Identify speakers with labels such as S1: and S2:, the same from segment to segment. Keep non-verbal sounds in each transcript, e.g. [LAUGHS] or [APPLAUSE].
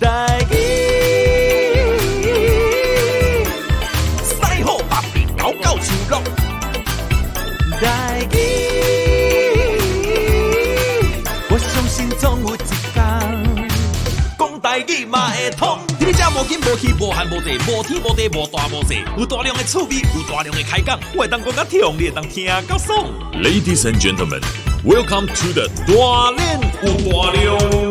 S1: 代志，
S2: 西好北面九九树六，
S1: 代志。我相信总有一天，
S2: 讲台语嘛会通。你这无紧无去无限无地，无天无地无大无细，有大量的趣味，有大量的开讲，我会当讲甲痛，你会当听到爽。
S3: Ladies and gentlemen, welcome to the 大练有大量。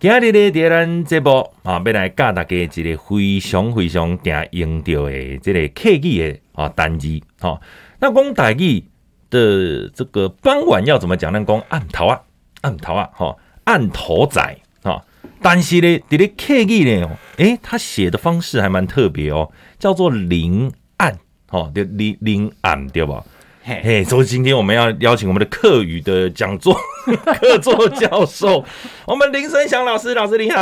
S4: 今日咧，伫咱节目啊，要来教大家一个非常非常定用到的这个客语的啊单字。吼、那讲台语的这个傍晚要怎么讲？咱讲暗头啊，暗头啊，吼、暗头仔吼、但是咧，伫咧客语咧，吼诶，他写的方式还蛮特别哦，叫做临暗，吼、哦，就临临暗对吧？
S1: 嘿，
S4: 嘿，所以今天我们要邀请我们的课语的讲座 [LAUGHS] 课座教授，我们林生祥老师，老师你好，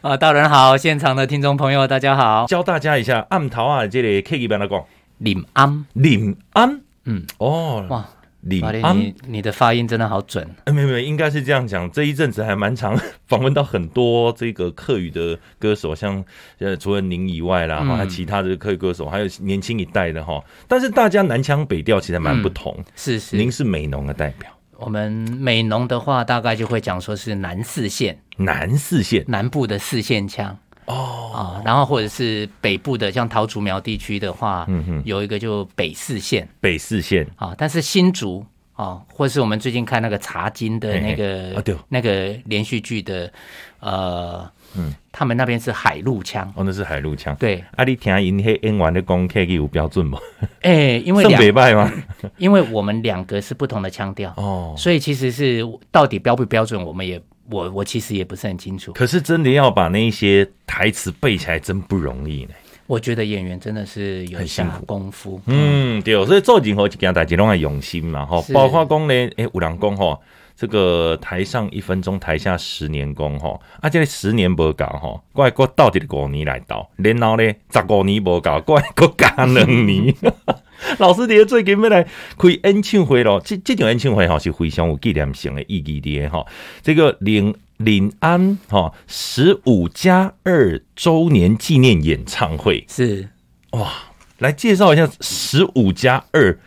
S5: 啊，大人好，现场的听众朋友大家好，
S4: 教大家一下暗桃啊，这里 K 一般来讲，
S5: 林安，
S4: 领安
S5: 嗯，
S4: 哦，
S5: 哇，
S4: 领
S5: 法力
S4: 安，
S5: 你你的发音真的好准，
S4: 呃没有没有，应该是这样讲。这一阵子还蛮常 [LAUGHS] 访问到很多这个客语的歌手，像呃除了您以外啦，
S5: 嗯
S4: 哈、还有其他的客语歌手，还有年轻一代的哈，但是大家南腔北调其实还蛮不同。
S5: 是嗯是，
S4: 您是美浓的代表，
S5: 我们美浓的话大概就会讲说是南四县，
S4: 南四县
S5: 南部的四县腔
S4: 哦，
S5: 啊，然后或者是北部的像桃竹苗地区的话，
S4: 嗯哼
S5: 有一个就北四县
S4: 北四县
S5: 啊，但是新竹。啊，或是我们最近看那个茶金的那个
S4: 嘿嘿啊对哦
S5: 那个连续剧的，呃，嗯，他们那边是海陆腔，
S4: 哦，那是海陆腔。
S5: 对，
S4: 啊，你听因迄演员咧讲客语有标准无？
S5: 哎、因为
S4: 算
S5: 两
S4: 袂歹吗？
S5: 因为我们两个是不同的腔调，
S4: 哦，
S5: 所以其实是到底标不标准，我们也我我其实也不是很清楚。
S4: 可是真的要把那一些台词背起来，真不容易呢。
S5: 我觉得演员真的是有
S4: 很辛苦
S5: 下功夫，
S4: 嗯，对，所以做任何一件代志拢要用心嘛，吼，
S5: 是
S4: 包括讲咧，诶、有人讲吼，这个台上一分钟，台下十年功吼，啊，这个十年无够吼，过来过到底五年来到，然后咧十五年无够，过来过加两年。老师，你的最近要来开演唱会咯，这这种演唱会吼是非常有纪念性的意义的吼。这个临临安哈十五加二周年纪念演唱会，
S5: 是
S4: 来介绍一下十五加二。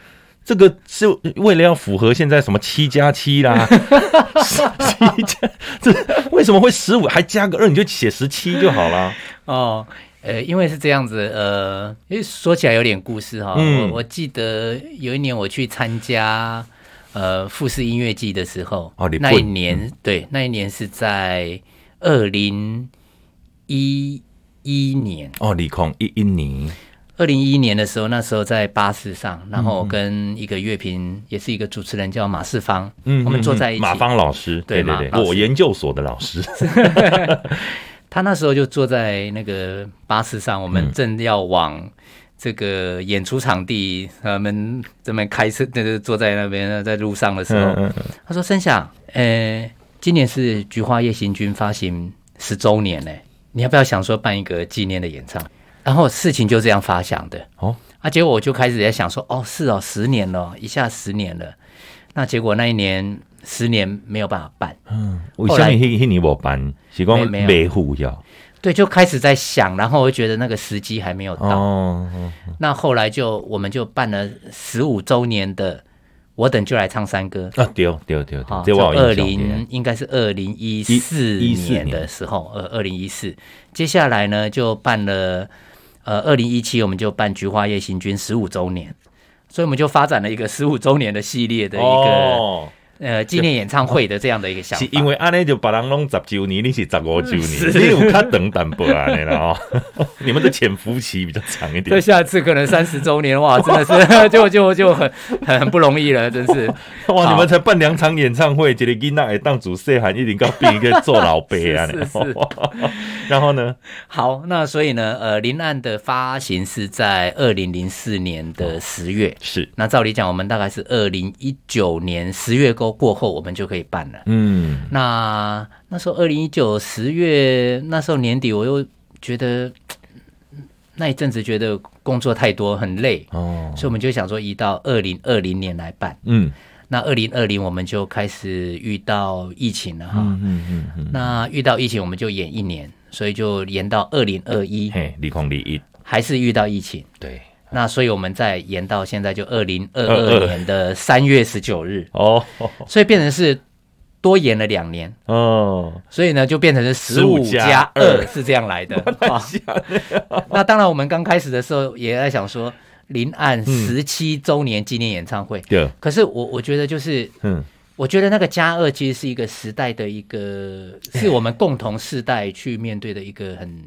S4: 这个是为了要符合现在什么七加七 [LAUGHS] 啦，七加这为什么会十五还加个二？你就写十七就好啦。
S5: 哦。呃，因为是这样子，呃，因为说起来有点故事哈、
S4: 嗯
S5: 我我记得有一年我去参加呃富士音乐季的时候，
S4: 哦你
S5: 那
S4: 混
S5: 一年、对，那一年是在二零一一年，
S4: 哦，李孔一一年
S5: 二零一一年的时候，那时候在巴士上，然
S4: 嗯
S5: 后跟一个乐评，也是一个主持人叫马世芳，我们坐在一起。
S4: 嗯马芳老师，对
S5: 对
S4: 对
S5: 马
S4: 对，
S5: 老师
S4: 我研究所的老师，
S5: 他那时候就坐在那个巴士上，我
S4: 嗯
S5: 们正要往这个演出场地，他们这边开车，就是坐在那边在路上的时候，
S4: [LAUGHS] 嗯嗯
S5: 他说：“盛夏，呃，今年是《菊花夜行军》发行十周年呢、你要不要想说办一个纪念的演唱？”然后事情就这样发想的。
S4: 哦，
S5: 啊，结果我就开始在想说，哦，是哦，十年了哦，一下十年了。那结果那一年十年没有办法办，
S4: 嗯，我相信一一年我班是讲
S5: 没没有
S4: 没护要
S5: 对，就开始在想，然后我就觉得那个时机还没有到。
S4: 哦，
S5: 那后来就我们就办了十五周年的，我等就来唱山歌。
S4: 啊对对对对
S5: 好，，
S4: 这
S5: 就
S4: 我有
S5: 二
S4: 印象对
S5: 零应该是二零一四
S4: 一14
S5: 年的时候，呃，二零一四。接下来呢，就办了，呃，二零一七我们就办《菊花夜行军》十五周年，所以我们就发展了一个十五周年的系列的一个、
S4: 哦，
S5: 呃纪念演唱会的这样的一个想法。
S4: 是因为安尼就把人拢十九年，你嗯是十五周年，你有较长淡薄安尼啦 [LAUGHS] 哦。你们的潜伏期比较长一
S5: 这
S4: 点。
S5: 下次可能三十周年哇，真的
S4: [LAUGHS]
S5: 是就就就很很很不容易了，真是。
S4: 哇，
S5: 好
S4: 你们才办两场演唱会，一个囡仔会当主细汉，一定到变一个做老伯啊 [LAUGHS]
S5: 是是是。
S4: 然后呢，
S5: 好，那所以呢，呃，林案的发行是在二零零四年的十月。
S4: 是
S5: 那照理讲，我们大概是二零一九年十月过过后，我们就可以办了。
S4: 嗯，
S5: 那那时候二零一九十月那时候年底，我又觉得嗯那一阵子觉得工作太多很累，
S4: 哦，
S5: 所以我们就想说移到二零二零年来办。
S4: 嗯，
S5: 那二零二零我们就开始遇到疫情了哈，
S4: 嗯嗯嗯，
S5: 那遇到疫情我们就演一年，所以就延到二零二一，
S4: 嘿，利空利益，
S5: 还是遇到疫情。
S4: 对，
S5: 那所以我们再延到现在就二零二二年的三月十九日，
S4: 哦
S5: 所以变成是多延了两年，
S4: 哦，
S5: 所以呢就变成是十
S4: 15
S5: 五
S4: 加
S5: 加
S4: 二
S5: 二是这样来 [LAUGHS] 的。啊那当然，我们刚开始的时候也在想说，临岸十七周年纪念演唱会，
S4: 对，
S5: 可是我我觉得就是
S4: 嗯，
S5: 我觉得那个加二其实是一个时代的一个，是我们共同世代去面对的一个很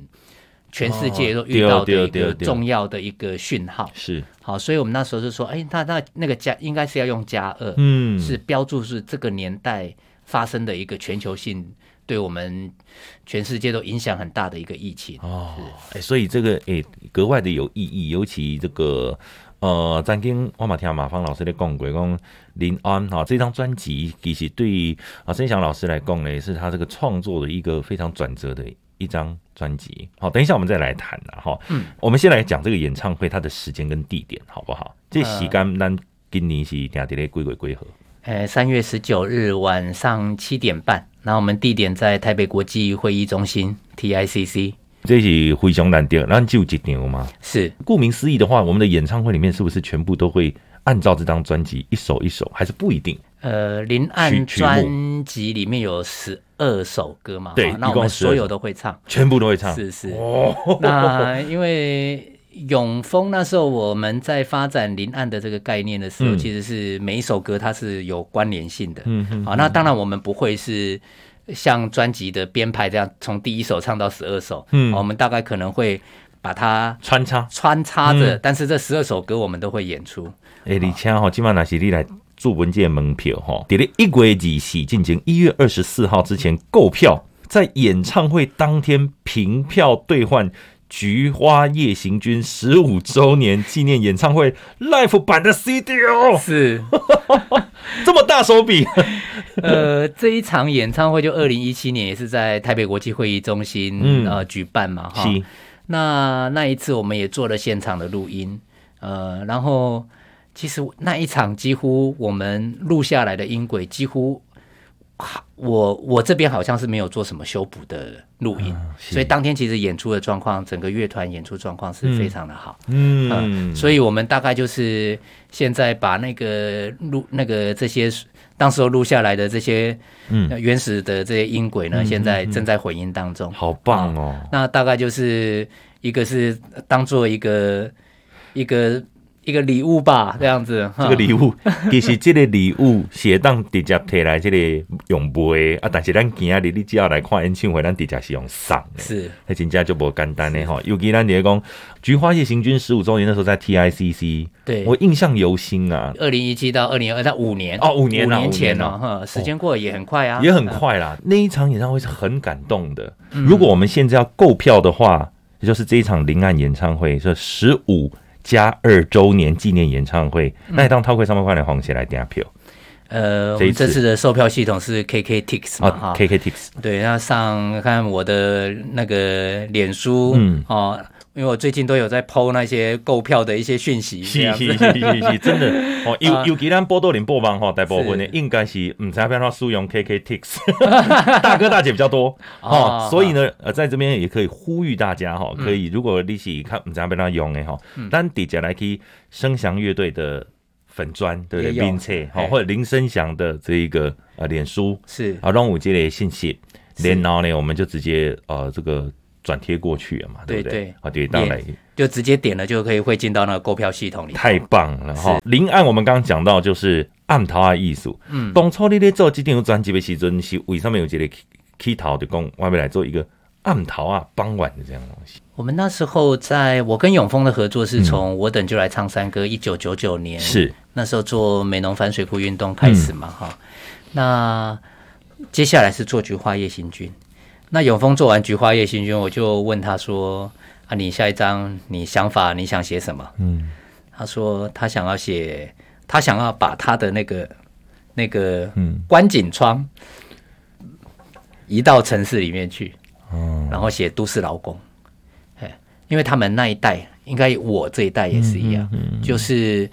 S5: 全世界都遇到的
S4: 对
S5: 一
S4: 对对
S5: 个
S4: 对
S5: 重要的一个讯号。
S4: 是，
S5: 好，所以我们那时候就说，哎，那那那个加应该是要用加二，
S4: 嗯，
S5: 是标注是这个年代发生的一个全球性对我们全世界都影响很大的一个疫情。
S4: 哦，哎，所以这个哎、格外的有意义，尤其这个呃，曾经我嘛听马芳老师咧讲过，讲林安哈、这张专辑，其实对于啊曾祥老师来讲呢，是他这个创作的一个非常转折的一张专辑。好、等一下我们再来谈啦，哈、嗯，我们先来讲这个演唱会它的时间跟地点，好不好？这时间咱今年是定伫咧几月几号？
S5: 呃，三月十九日晚上七点半，然后我们地点在台北国际会议中心 TICC，
S4: 这是非常难得，咱只有一场嘛。
S5: 是
S4: 顾名思义的话，我们的演唱会里面是不是全部都会按照这张专辑一首一首，还是不一定？
S5: 呃，林
S4: 曲
S5: 岸
S4: 曲目
S5: 专辑里面有十二首歌嘛，
S4: 对
S5: 哈那
S4: 一
S5: 我
S4: 共
S5: 们
S4: 12
S5: 所有都会唱，
S4: 全部都会唱？
S5: 是是。
S4: 啊哦，
S5: [LAUGHS] 那因为永丰那时候我们在发展林岸的这个概念的时候，
S4: 嗯
S5: 其实是每一首歌它是有关联性的。
S4: 嗯嗯
S5: 好，那当然我们不会是像专辑的编排这样，从第一首唱到十二首。哦
S4: 嗯
S5: 好我们大概可能会把它
S4: 穿插。
S5: 穿插着，
S4: 嗯
S5: 但是这十二首歌我们都会演出。
S4: 哎、而且吼，今晚若是你来做文件门票吼，伫咧一月二四进行一月二十四号之前购票，在演唱会当天凭票兑换《菊花夜行军》十五周年纪念演唱会 Live 版的 CD 哦，
S5: 是，
S4: 这么大手笔，
S5: 呃，这一场演唱会就二零一七年也是在台北国际会议中心、
S4: 嗯
S5: 呃举办嘛，哈。
S4: 是
S5: 那那一次我们也做了现场的录音，呃，然后其实那一场几乎我们录下来的音轨几乎。我我这边好像是没有做什么修补的录音，
S4: 是
S5: 所以当天其实演出的状况，整个乐团演出状况是非常的好。
S4: 嗯
S5: 嗯，，所以我们大概就是现在把那个录那个这些当时候录下来的这些
S4: 嗯
S5: 呃原始的这些音轨呢，现在正在混音当中。
S4: 好棒哦。
S5: 那大概就是一个是当做一个一个一个礼物吧，这样子。
S4: 这
S5: 这
S4: 个礼物，其实这个礼物是会当直接摕来这个用卖的啊，但是咱今仔日你只要来看演唱会，咱直接是用送的，
S5: 是
S4: 那真正就无简单嘞吼。尤其咱咧讲《菊花夜行军》十五周年那时候在 TICC，
S5: 对
S4: 我印象犹新啊，
S5: 二零一七到二零二，那五年
S4: 哦五年
S5: 五
S4: 啊
S5: 年前
S4: 五
S5: 哦，哈，时间过得也很快啊，
S4: 也很快啦。那一场演唱会是很感动的。
S5: 嗯
S4: 如果我们现在要购票的话，也就是这一场临岸演唱会，是十五加二周年纪念演唱会，
S5: 嗯
S4: 那你当套会上面快来黄鞋来订票
S5: 呃，我
S4: 这一
S5: 们
S4: 次
S5: 这次的售票系统是 KKTix 嘛，
S4: 啊
S5: 哈。
S4: ，KKTix
S5: 对，那上看我的那个脸书，
S4: 嗯
S5: 哦，因为我最近都有在 PO 那些购票的一些讯息，这
S4: 是
S5: 样
S4: 是
S5: 子。
S4: 是是是，真的哦，尤尤其咱波多林播放吼，大部分的
S5: 啊是
S4: 应该是唔知道要怎么使
S5: [LAUGHS]
S4: 用 KKTix，大哥大姐比较多哦
S5: 哦，
S4: 所以呢，呃，在这边也可以呼吁大家
S5: 嗯
S4: 哈，可以如果你是看唔知道要怎么用的哈，咱底下来去声翔乐队的粉砖对不对？
S5: 也有哎
S4: 并且好
S5: 嘿
S4: 或者林声祥的这一个呃脸书
S5: 是
S4: 啊，让我这类信息，
S5: 是
S4: 然后呢，我们就直接呃这个转贴过去了嘛，对不
S5: 对
S4: 对
S5: 对？
S4: 啊，对，当然。
S5: 就直接点了就可以会进到那个购票系统里。
S4: 太棒了哈！林岸我们刚刚讲到就是暗头啊艺术，嗯，当初你咧做这张专辑的时阵，是为什么有这个起起头就讲我要来做一个暗头啊傍晚的这样的东西？
S5: 我们那时候在我跟永丰的合作是从我等就来唱山歌一九九九年，
S4: 是
S5: 那时候做美浓反水库运动开始嘛哈、那接下来是做菊花夜行军。那永丰做完菊花夜行军，我就问他说：“啊，你下一章你想法你想写什么？”
S4: 嗯，
S5: 他说他想要写，他想要把他的那个那个
S4: 嗯
S5: 观景窗移到城市里面去，
S4: 哦
S5: 然后写都市劳工，
S4: 嗯
S5: 哎，因为他们那一代，应该我这一代也是一样，就是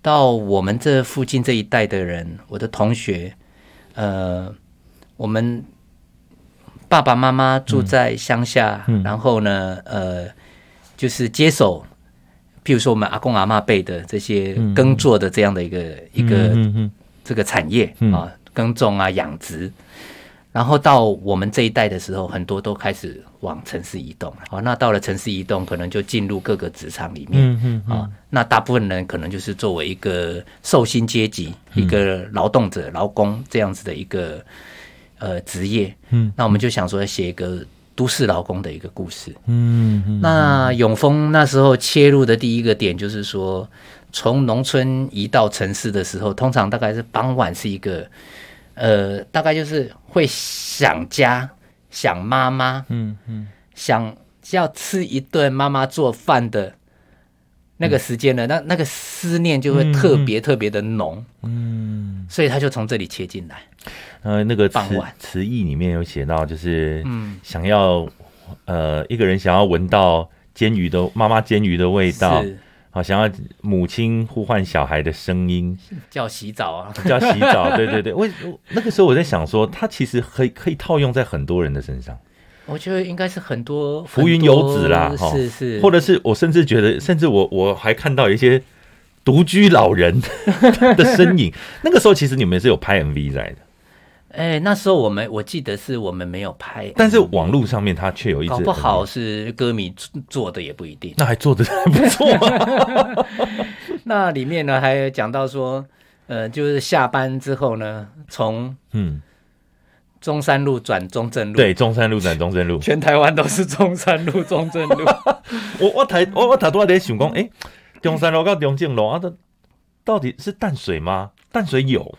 S5: 到我们这附近这一带的人，我的同学，呃，我们爸爸妈妈住
S4: 嗯
S5: 在乡下，然后呢，呃，就是接手，譬如说我们阿公阿妈辈的这些耕作的这样的一个、一个
S4: 嗯嗯
S5: 这个产业啊，耕种啊、养殖。然后到我们这一代的时候，很多都开始往城市移动了。哦，那到了城市移动，可能就进入各个职场里面。
S4: 嗯嗯
S5: 啊、那大部分人可能就是作为一个受薪阶级、
S4: 嗯
S5: 一个劳动者、劳工这样子的一个呃职业。
S4: 嗯，
S5: 那我们就想说写一个都市劳工的一个故事。
S4: 嗯嗯
S5: 那永丰那时候切入的第一个点就是说，从农村移到城市的时候，通常大概是傍晚是一个，呃，大概就是会想家、想妈妈，
S4: 嗯嗯
S5: 想要吃一顿妈妈做饭的那个时间呢，那那个思念就会特别特别的浓，
S4: 嗯，
S5: 所以他就从这里切进来。
S4: 呃，那个词
S5: 傍晚嗯
S4: 词义里面有写到，就是想要呃一个人想要闻到煎鱼的妈妈煎鱼的味道，
S5: 是
S4: 好想要母亲呼唤小孩的声音，
S5: 叫洗澡啊，
S4: 叫洗澡，对对对，我我那个时候我在想说，它其实可以可以套用在很多人的身上，
S5: 我觉得应该是很多
S4: 浮云游子啦，
S5: 很多
S4: 哈，
S5: 是是，
S4: 或者是我甚至觉得，甚至我我还看到有一些独居
S5: [LAUGHS]
S4: 老人的身影。那个时候其实你们是有拍 MV 在的，
S5: 哎、那时候我们我记得是我们没有拍，
S4: 但是网络上面它却有一
S5: 嗯搞
S4: 直嗯
S5: 不好，是歌迷做做的也不一定。
S4: 那还做的还不错、
S5: [LAUGHS]
S4: 啊。
S5: 那里面呢，还有讲到说，呃，就是下班之后呢，从
S4: 嗯，
S5: 中山路转中正路，，
S4: 对，中山路转中山路，
S5: 全台湾都是中山路、中正
S4: [LAUGHS]
S5: 路。
S4: 我我台我我台多在想讲，哎、中山路到中正路啊，这到底是淡水吗？淡水有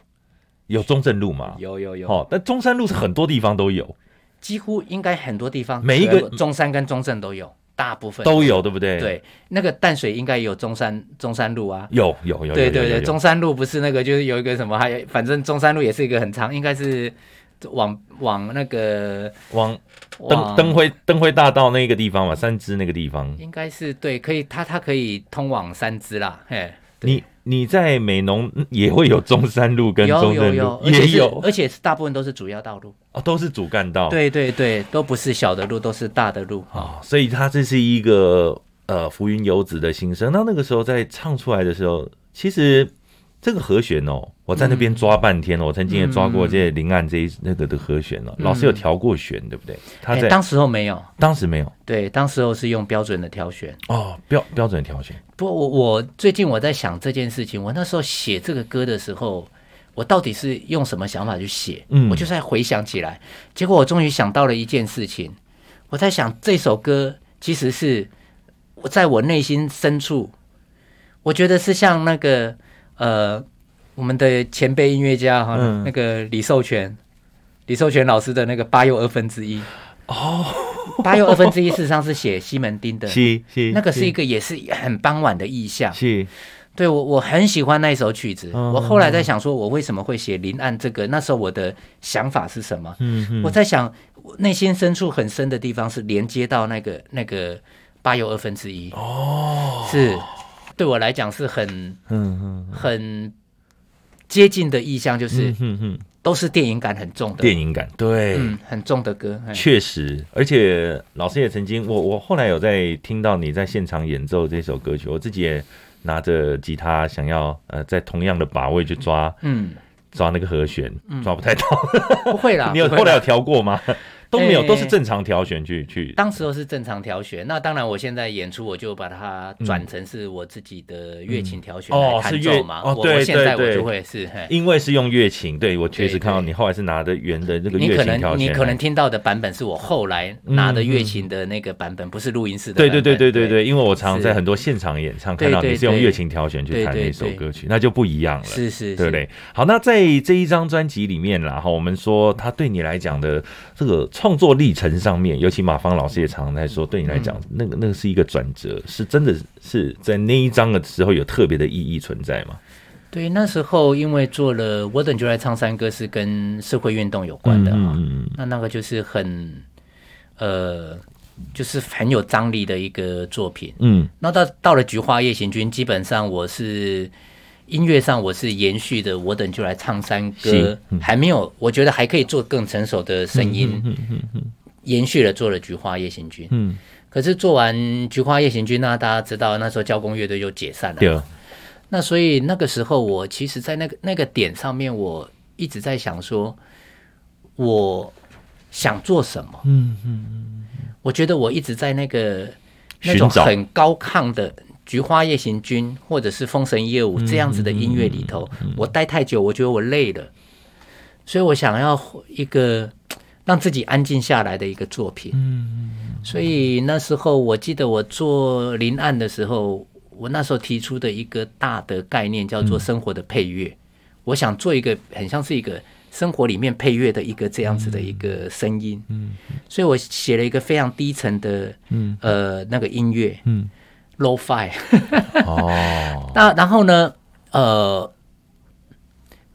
S4: 有中正路吗？
S5: 有有有，
S4: 哦，但中山路是很多地方都有，
S5: 几乎应该很多地方，
S4: 每一个
S5: 除了中山跟中正都有，大部分
S4: 都有，对不对？，
S5: 对。那个淡水应该也有中山中山路啊。
S4: 有有有有，
S5: 对
S4: 有
S5: 对
S4: 有
S5: 对，
S4: 有
S5: 中山路不是那个，就是有一个什么，还有反正中山路也是一个很长，应该是往往那个
S4: 往
S5: 往
S4: 灯灯辉灯辉大道那个地方嘛，三支那个地方。
S5: 应该是对，可以，它它可以通往三支啦，嘿，对
S4: 你你在美浓嗯也会有中山路跟
S5: 有
S4: 中
S5: 有
S4: 正
S5: 有
S4: 路，，
S5: 而且
S4: 也
S5: 是
S4: 有
S5: 而且是大部分都是主要道路，
S4: 哦，都是主干道。
S5: 对对对，都不是小的路，都是大的路。
S4: 哦，所以它这是一个呃浮云游子的心声。那那个时候在唱出来的时候，其实这个和弦哦，我在那边
S5: 嗯
S4: 抓半天，哦我曾经也抓过这林岸这一那个的和弦哦，老师有调过弦，对不对？
S5: 嗯
S4: 他
S5: 哎
S4: 在
S5: 当时候没有，
S4: 当时没有
S5: 对，当时候是用标准的挑选。
S4: 哦，标标准调弦。
S5: 不过我我最近我在想这件事情，我那时候写这个歌的时候，我到底是用什么想法去写？
S4: 嗯
S5: 我就在回想起来，结果我终于想到了一件事情，我在想这首歌其实是我在我内心深处，我觉得是像那个呃我们的前辈音乐家哈、
S4: 嗯
S5: 那个李寿全，李寿全老师的那个八又二分之一哦，八又二分之一事实上是写西门町
S4: [LAUGHS]
S5: 的。
S4: 是是，
S5: 那个是一个也是很傍晚的意象。
S4: 是
S5: 对我我很喜欢那一首曲子。
S4: 嗯
S5: 我后来在想，说我为什么会写《临岸》这个？那时候我的想法是什么？
S4: 嗯嗯
S5: 我在想，我内心深处很深的地方是连接到那个那个八又二分之一哦，是对我来讲是很
S4: 嗯嗯
S5: 很接近的意象，就是、
S4: 嗯嗯，
S5: 都是电影感很重的
S4: 电，影感对。
S5: 嗯，很重的歌。哎
S4: 确实，而且老师也曾经，我我后来有在听到你在现场演奏这首歌曲，我自己也拿着吉他想要呃在同样的把位去抓
S5: 嗯，
S4: 抓那个和弦，抓不太
S5: [LAUGHS]
S4: 到。
S5: 不会啦
S4: [LAUGHS] ，你有
S5: 不会
S4: 后来
S5: 啦
S4: 有调
S5: [LAUGHS]
S4: 过吗？都没有，
S5: 哎
S4: 都是正常调弦去去。
S5: 当时候是正常调弦，那当然我现在演出我就把它转成是我自己的乐琴调弦
S4: 嗯
S5: 来
S4: 哦是
S5: 弹
S4: 乐
S5: 奏嘛。
S4: 哦
S5: 我
S4: 对
S5: 我现在
S4: 对
S5: 我
S4: 对
S5: 就会是，嘿
S4: 因为是用乐琴，对我确实
S5: 对
S4: 看到
S5: 对
S4: 你后来是拿着圆的那个
S5: 你
S4: 乐
S5: 可
S4: 琴调
S5: 能
S4: 弦
S5: 你
S4: 来，
S5: 可能听到的版本是我后来拿的
S4: 嗯
S5: 乐琴的那个版本，不是录音室的
S4: [LAUGHS] 对
S5: 版
S4: 对
S5: 本。
S4: 对对对
S5: 对
S4: 对，因为我常常
S5: 是
S4: 在很多现场演唱
S5: 对
S4: 看到你
S5: 对
S4: 是用
S5: 对
S4: 乐琴调弦去
S5: 对
S4: 弹
S5: 对
S4: 那首
S5: 对
S4: 歌曲，那就不一样了。
S5: 是是
S4: 对不
S5: 是，
S4: 对？好，那在这一张专辑里面啦，哈，我们说他对你来讲的这个创作历程上面，尤其马芳老师也常常在说，对你来讲，那个那个是一个转折，是真的是在那一张的时候有特别的意义存在吗？
S5: 对。那时候因为做了《我等就来唱山歌》是跟社会运动有关的啊，
S4: 嗯
S5: 那那个就是很呃，就是很有张力的一个作品。
S4: 嗯
S5: 那到到了《菊花夜行军》，基本上我是音乐上我是延续的，我等就来唱山歌
S4: 是，嗯
S5: 还没有，我觉得还可以做更成熟的声音，延续了做了《菊花夜行军》。
S4: 嗯，
S5: 可是做完《菊花夜行军》，那大家知道那时候交工乐队就解散了嘛，
S4: 对，啊
S5: 那所以那个时候，我其实，在那个那个点上面，我一直在想说，我想做什么？嗯嗯嗯，我觉得我一直在那个那种
S4: 寻找
S5: 很高亢的《菊花夜行军》或者是《封神夜舞》这样子的音乐里头，我待太久，我觉得我累了，所以我想要一个让自己安静下来的一个作品。所以那时候我记得我做临岸的时候，我那时候提出的一个大的概念叫做生活的配乐，我想做一个很像是一个生活里面配乐的一个这样子的一个声音，嗯，所以我写了一个非常低沉的，嗯，呃，那个音乐，嗯，low fi，
S4: 哦，
S5: [LAUGHS] 那然后呢，呃，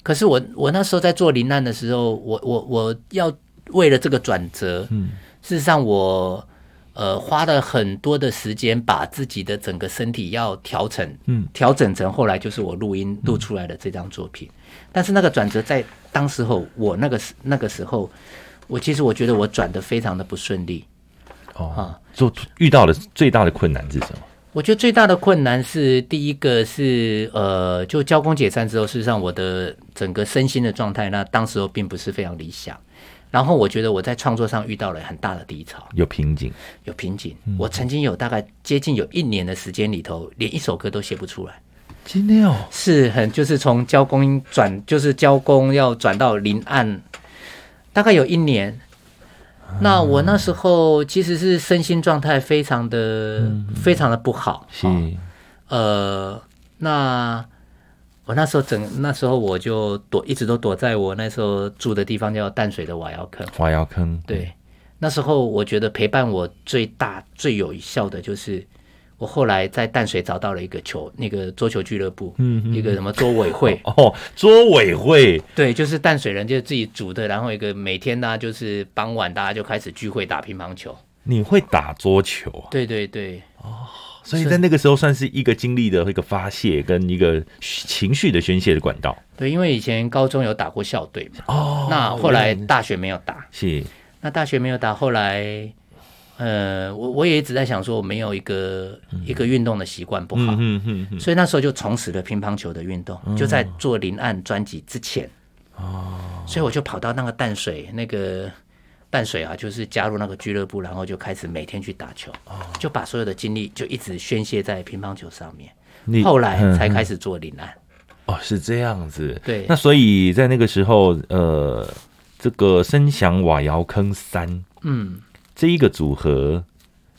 S5: 可是我我那时候在做临难的时候，我我我要为了这个转折，嗯，事实上我呃花了很多的时间把自己的整个身体要调整，嗯，调整成后来就是我录音录出来的这张作品，但是那个转折在当时候我那个时那个时候，我其实我觉得我转的非常的不顺利，
S4: 哦，做遇到的最大的困难是什么？
S5: 我觉得最大的困难是，第一个是呃，就交工解散之后，事实上我的整个身心的状态，那当时候并不是非常理想。然后我觉得我在创作上遇到了很大的低潮，
S4: 有瓶颈，
S5: 有瓶颈。我曾经有大概接近有一年的时间里头，连一首歌都写不出来，
S4: 今天哦，
S5: 是很就是从交工转，就是交工要转到临岸，大概有一年。那我那时候其实是身心状态非常的、非常的不好，
S4: 是
S5: 哦呃，那我那时候整那时候我就躲，一直都躲在我那时候住的地方叫淡水的瓦窑坑。
S4: 花窑坑，，
S5: 对，那时候我觉得陪伴我最大最有效的就是。我后来在淡水找到了一个球，那个桌球俱乐部，嗯，一个什么桌委会
S4: 哦，桌委会
S5: [LAUGHS] 对，就是淡水人就自己组的，然后一个每天呢、就是傍晚大家就开始聚会打乒乓球，
S4: 你会打桌球啊，
S5: 对对对，
S4: 所以在那个时候算是一个经历的一个发泄跟一个情绪的宣泄的管道
S5: 对，因为以前高中有打过校队嘛，
S4: 哦
S5: 那后来大学没有打，
S4: 是
S5: 那大学没有打，后来，呃，我我也一直在想说，我没有一个、一个运动的习惯不好，
S4: 嗯嗯嗯，
S5: 所以那时候就重拾了乒乓球的运动，就在做《临岸》专辑之前。哦，所以我就跑到那个淡水，那个淡水啊，就是加入那个俱乐部，然后就开始每天去打球，
S4: 哦
S5: 就把所有的精力就一直宣泄在乒乓球上面。
S4: 你
S5: 后来才
S4: 嗯嗯
S5: 开始做《临岸》
S4: 哦，是这样子。
S5: 对
S4: 那所以在那个时候，呃，这个声响瓦窑坑三
S5: 嗯，
S4: 这一个组合，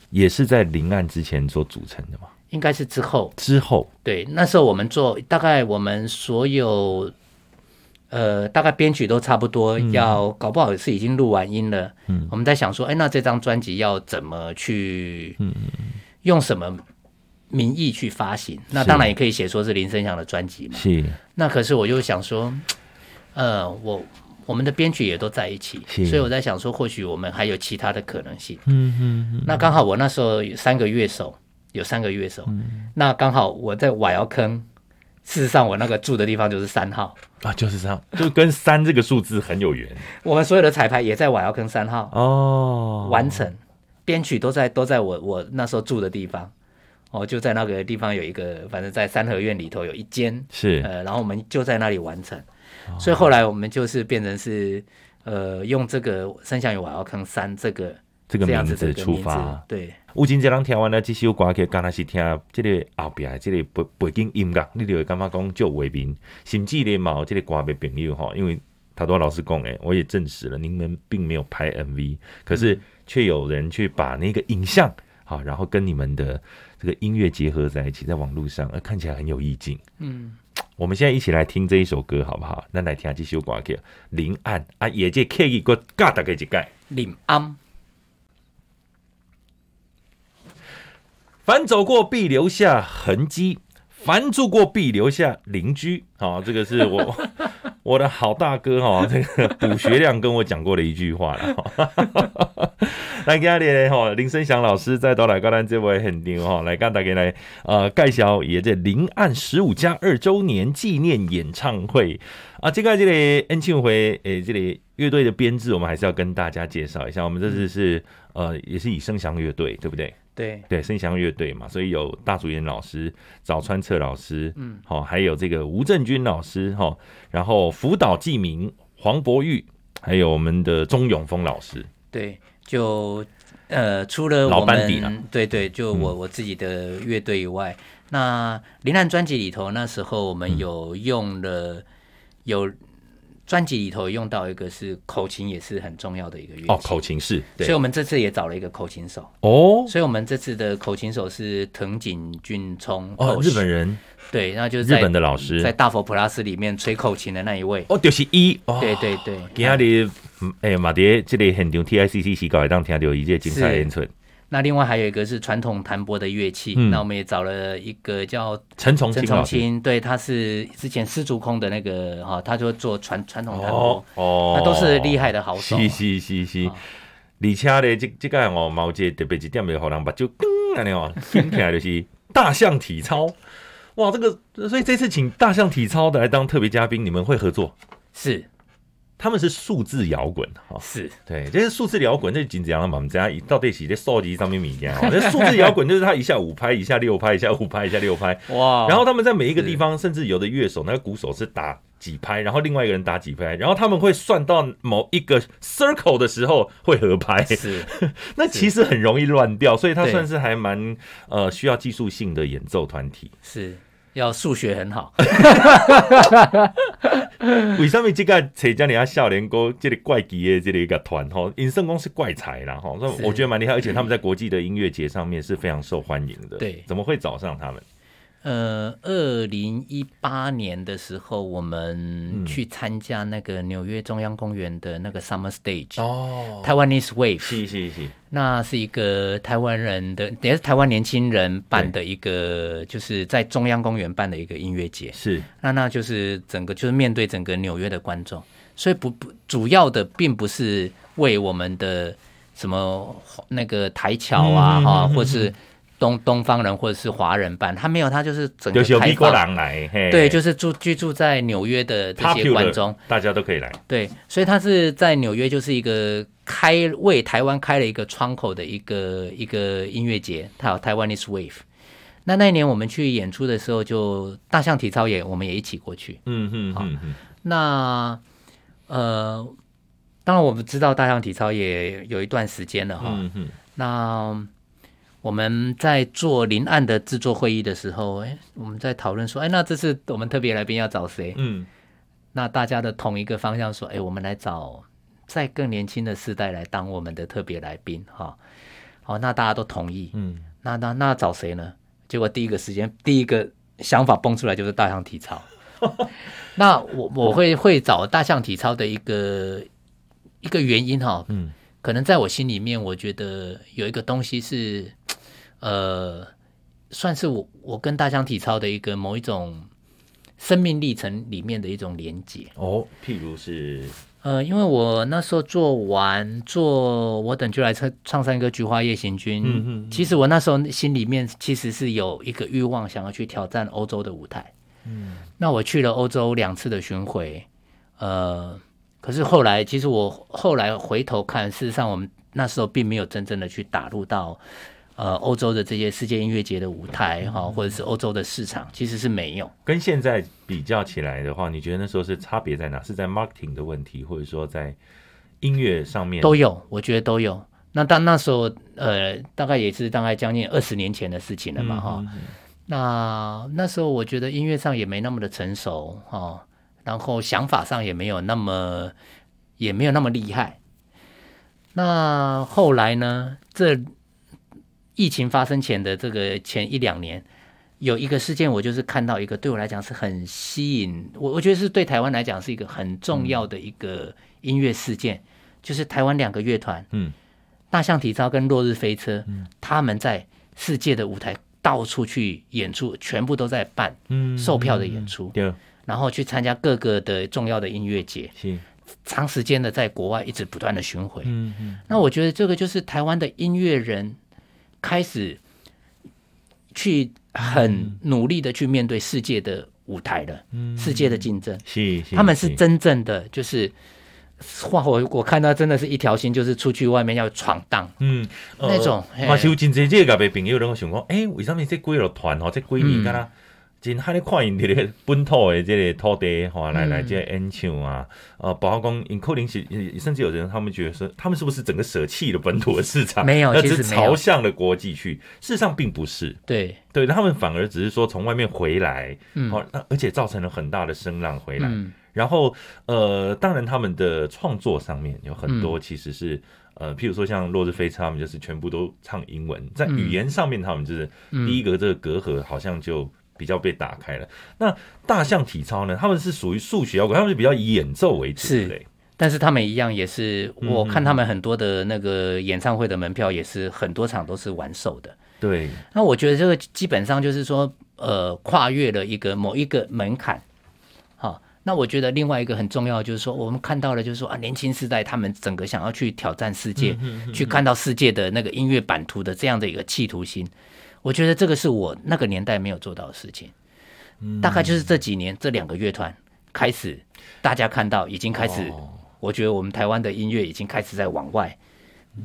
S4: 也是在临岸之前所组成的嘛。
S5: 应该是之后。
S4: 之后，
S5: 对，那时候我们做大概我们所有，呃，大概编曲都差不多，要搞不好是已经录完音了。嗯，我们在想说，哎，那这张专辑要怎么去，用什么名义去发行？那当然也可以写说是林声祥的专辑嘛。
S4: 是
S5: 那可是我又想说，呃，我我们的编曲也都在一起，
S4: 是
S5: 所以我在想说，或许我们还有其他的可能性。嗯嗯。那刚好我那时候有三个乐手，有三个乐手，那刚好我在瓦窑坑。事实上，我那个住的地方就是三号，
S4: 啊，就是这样，就跟三这个数字很有缘
S5: 我们所有的彩排也在瓦窑坑三号
S4: 哦。
S5: 完成，编曲都在都在我我那时候住的地方，哦，就在那个地方有一个，反正在三合院里头有一间，
S4: 是
S5: 呃，然后我们就在那里完成，所以后来我们就是变成是，呃，用这个《生肖与瓦窑坑三》这个
S4: 这个名
S5: 样子的
S4: 字
S5: 一个
S4: 出
S5: 名字
S4: 发。
S5: 对，
S4: 有真侪人听完了这首歌曲，敢若是听即个后壁即个背背景音乐，你就会感觉讲就为民，甚至咧嘛有即个歌迷朋友吼，因为塔多老师讲诶，我也证实了，你们并没有拍 MV，可是却有人去把那个影像好，然后跟你们的这个音乐结合在一起，在网络上，呃，看起来很有意境。
S5: 嗯，
S4: 我们现在一起来听这一首歌好不好？咱来听这首歌曲《林岸》啊，也这 K 一个教大家一解。
S5: 林安
S4: 凡走过必留哦下痕迹，凡住过必留下邻居。好、这个是我我的好大哥哈、这个卜学亮跟我讲过的一句话了、 [LAUGHS] 哈来，今日哈林生祥老师在到来高咱这位很牛哈，来跟大家来呃介绍也这临岸十五加二周年纪念演唱会啊，这个这个恩庆会诶，这里乐队的编制我们还是要跟大家介绍一下，我们这次是呃也是以声祥乐队对不对？
S5: 对，
S4: 对，声祥乐队嘛，所以有大竹研老师、早川彻老师，嗯，好、还有这个吴正军老师，哈、然后福岛纪明、黄博玉，还有我们的钟永峰老师，
S5: 对，就呃，除了
S4: 老
S5: 我
S4: 班
S5: 们、
S4: 底了嗯
S5: 对对，就我、我自己的乐队以外，那林兰专辑里头，那时候我
S4: 嗯
S5: 们有用了、有专辑里头用到一个是口琴，也哎是很重要的一个乐器。
S4: 哦，口琴是，
S5: 所
S4: 对
S5: 以，我们这次也找了一个口琴手，
S4: 哦，
S5: 所以我们这次的口琴手是藤井俊充
S4: 哦，
S5: coach
S4: 日本人，
S5: 对，那就是
S4: 日
S5: 在
S4: 本的老师
S5: 在，大佛普拉斯里面吹口琴的那一位，
S4: 哦，就是一，哦，
S5: 对对对，
S4: 今仔日，嗯诶，马蝶这里很场 TICC 洗稿，当听到一届精彩
S5: 是
S4: 演出，
S5: 那另外还有一个是传统弹拨的乐器，
S4: 嗯
S5: 那我们也找了一个叫
S4: 陈崇
S5: 陈
S4: 清
S5: 重
S4: 老师，
S5: 清，对，他是之前丝竹空的那个哈、他就做传传统弹拨，
S4: 哦
S5: 他都是厉害的好啊手。
S4: 是是是是，而且咧，即即个哦，嘛有一个特别一点的，互人目睭噔安尼哦，听起来就是大象体操。哇，这个所以这次请大象体操的来当特别嘉宾，你们会合作？
S5: 是
S4: 他们是数字摇滚哈，哦
S5: 是，
S4: 对，这是数字摇滚，这紧张了嘛？我们等一下到底是在收集上面米家哦，那数字摇滚就是他一下五拍，一下六拍，一下五拍，一下六拍，
S5: 哇
S4: 然后他们在每一个地方，甚至有的乐手那个鼓手是打几拍，然后另外一个人打几拍，然后他们会算到某一个 circle 的时候会合拍，
S5: 是
S4: [LAUGHS] 那其实很容易乱掉，所以它
S5: 对
S4: 算是还蛮呃需要技术性的演奏团体。
S5: 是要数学很好，
S4: 为什么这个才叫你要笑脸哥这里怪奇的这里一个团吼，尹圣公是怪才啦哈，那
S5: 是
S4: 我觉得蛮厉害，而且他们在国际的音乐节上面是非常受欢迎的。
S5: 对
S4: 怎么会找上他们？
S5: 呃，二零一八年的时候，我们去参加那个纽约中央公园的那个 Summer Stage，、
S4: 哦，
S5: 台湾 Taiwanese Wave，
S4: 是是是，
S5: 那是一个台湾人的，也是台湾年轻人办的一个，就是在中央公园办的一个音乐节。
S4: 是
S5: 那那就是整个就是面对整个纽约的观众，所以不不主要的并不是为我们的什么那个台侨啊
S4: 嗯
S5: 哈、
S4: 嗯嗯
S5: 或是东东方人或者是华人办，他没有，他就是整个
S4: 就是有
S5: 开
S4: 美国
S5: 放。
S4: 人来，嘿
S5: 对，就是住居住在纽约的这些
S4: popular，
S5: 观众，
S4: 大家都可以来。
S5: 对，所以他是在纽约就是一个开为台湾开了一个窗口的一个一个音乐节，它有 Taiwanese Wave。那那一年我们去演出的时候就，大象体操也我们也一起过去。
S4: 嗯嗯嗯嗯，
S5: 那呃，当然我们知道大象体操也有一段时间了哈。
S4: 嗯嗯，
S5: 那我们在做临岸的制作会议的时候，哎，我们在讨论说，哎，那这次我们特别来宾要找谁？
S4: 嗯，
S5: 那大家的同一个方向说，哎，我们来找在更年轻的世代来当我们的特别来宾哈。好、那大家都同意，
S4: 嗯，
S5: 那那那找谁呢？结果第一个时间，第一个想法蹦出来就是大象体操。那我我会会找大象体操的一个一个原因哈、
S4: 嗯，
S5: 可能在我心里面，我觉得有一个东西是，呃，算是我我跟大象体操的一个某一种生命历程里面的一种连接。
S4: 哦，譬如是
S5: 呃，因为我那时候做完做我等就来唱唱山歌《菊花夜行军》，
S4: 嗯嗯嗯
S5: 其实我那时候心里面其实是有一个欲望，想要去挑战欧洲的舞台。嗯，那我去了欧洲两次的巡回，呃，可是后来其实我后来回头看，事实上我们那时候并没有真正的去打入到呃欧洲的这些世界音乐节的舞台哈、或者是欧洲的市场，其实是没有。
S4: 跟现在比较起来的话，你觉得那时候是差别在哪？是在 marketing 的问题，或者说在音乐上面
S5: 都有，我觉得都有。那当那时候，呃，大概也是大概将近二十年前的事情了嘛，哈、那那时候我觉得音乐上也没那么的成熟哦，然后想法上也没有那么也没有那么厉害。那后来呢？这疫情发生前的这个前一两年，有一个事件，我就是看到一个对我来讲是很吸引我，我觉得是对台湾来讲是一个很重要的一个音乐事件，就是台湾两个乐团，
S4: 嗯，
S5: 大象体操跟落日飞车，他们在世界的舞台到处去演出，全部都在办
S4: 嗯
S5: 售票的演出。
S4: 对，
S5: 然后去参加各个的重要的音乐节，
S4: 是，
S5: 长时间的在国外一直不断的巡回。
S4: 嗯嗯，
S5: 那我觉得这个就是台湾的音乐人开始去很努力的去面对世界的舞台了，
S4: 嗯
S5: 世界的竞争，
S4: 是，是
S5: 他们是，真正的就是。哇，我我看到真的是一条心，就是出去外面要闯荡，
S4: 嗯，呃
S5: 那种嘿
S4: 嘛是有真侪这个朋友，拢有想讲，诶，为什么这几个团吼，这几
S5: 嗯
S4: 年敢若真罕咧看因伫咧本土的这个土地吼，来来这个
S5: 嗯
S4: 演唱啊，呃，包括讲因可能是，呃甚至有人他们觉得说，他们是不是整个舍弃了本土的市场，
S5: 没有
S4: 而
S5: 其实
S4: 是
S5: 没有
S4: 朝向了国际去？事实上并不是，
S5: 对，
S4: 对他们反而只是说从外面回来，哦，那而且造成了很大的声浪回来。
S5: 嗯
S4: 然后呃，当然他们的创作上面有很多其实是、呃，譬如说像落日飞车，他们就是全部都唱英文，在语言上面他们就是、第一个这个隔阂好像就。比较被打开了。那大象体操呢？他们是属于数学摇滚，他们是比较以演奏为主
S5: 是
S4: 的嘞。
S5: 但是他们一样也是，我看他们很多的那个演唱会的门票也是很多场都是完售的。
S4: 对，
S5: 那我觉得这个基本上就是说，呃，跨越了一个某一个门槛。好、那我觉得另外一个很重要的就是说，我们看到了就是说啊，年轻世代他们整个想要去挑战世界，去看到世界的那个音乐版图的这样的一个企图心，我觉得这个是我那个年代没有做到的事情。大概就是这几年这两个乐团开始，大家看到已经开始，我觉得我们台湾的音乐已经开始在往外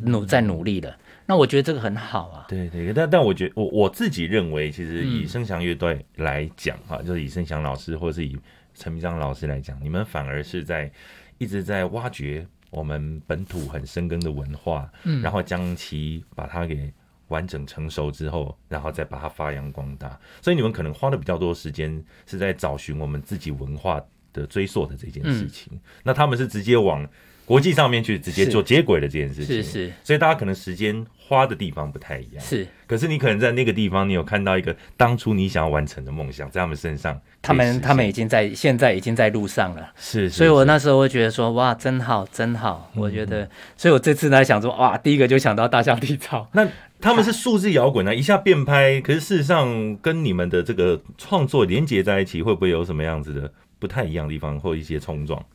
S5: 努在努力了。那我觉得这个很好啊。
S4: 对对，但但我觉得我我自己认为，其实
S5: 嗯
S4: 以声翔乐队来讲哈、就是以声翔老师或是以陈明章老师来讲，你们反而是在一直在挖掘我们本土很深耕的文化，嗯，然后将其把它给完整成熟之后，然后再把它发扬光大。所以你们可能花的比较多时间是在找寻我们自己文化的追溯的这件
S5: 嗯
S4: 事情，那他们是直接往国际上面去直接
S5: 是
S4: 做接轨的这件事情，
S5: 是是
S4: 所以大家可能时间花的地方不太一样。
S5: 是，
S4: 可是你可能在那个地方，你有看到一个当初你想要完成的梦想，在他们身上可以实现，
S5: 他们他们已经在现在已经在路上了，
S4: 是，是
S5: 所以我
S4: 是
S5: 那时候会觉得说哇，真好真好，我觉得，所以我这次呢想说哇，第一个就想到大象体操，
S4: 那他们是数字摇滚呢，一下变拍，可是事实上跟你们的这个创作连接在一起，会不会有什么样子的不太一样的地方，或一些冲撞？
S5: [LAUGHS]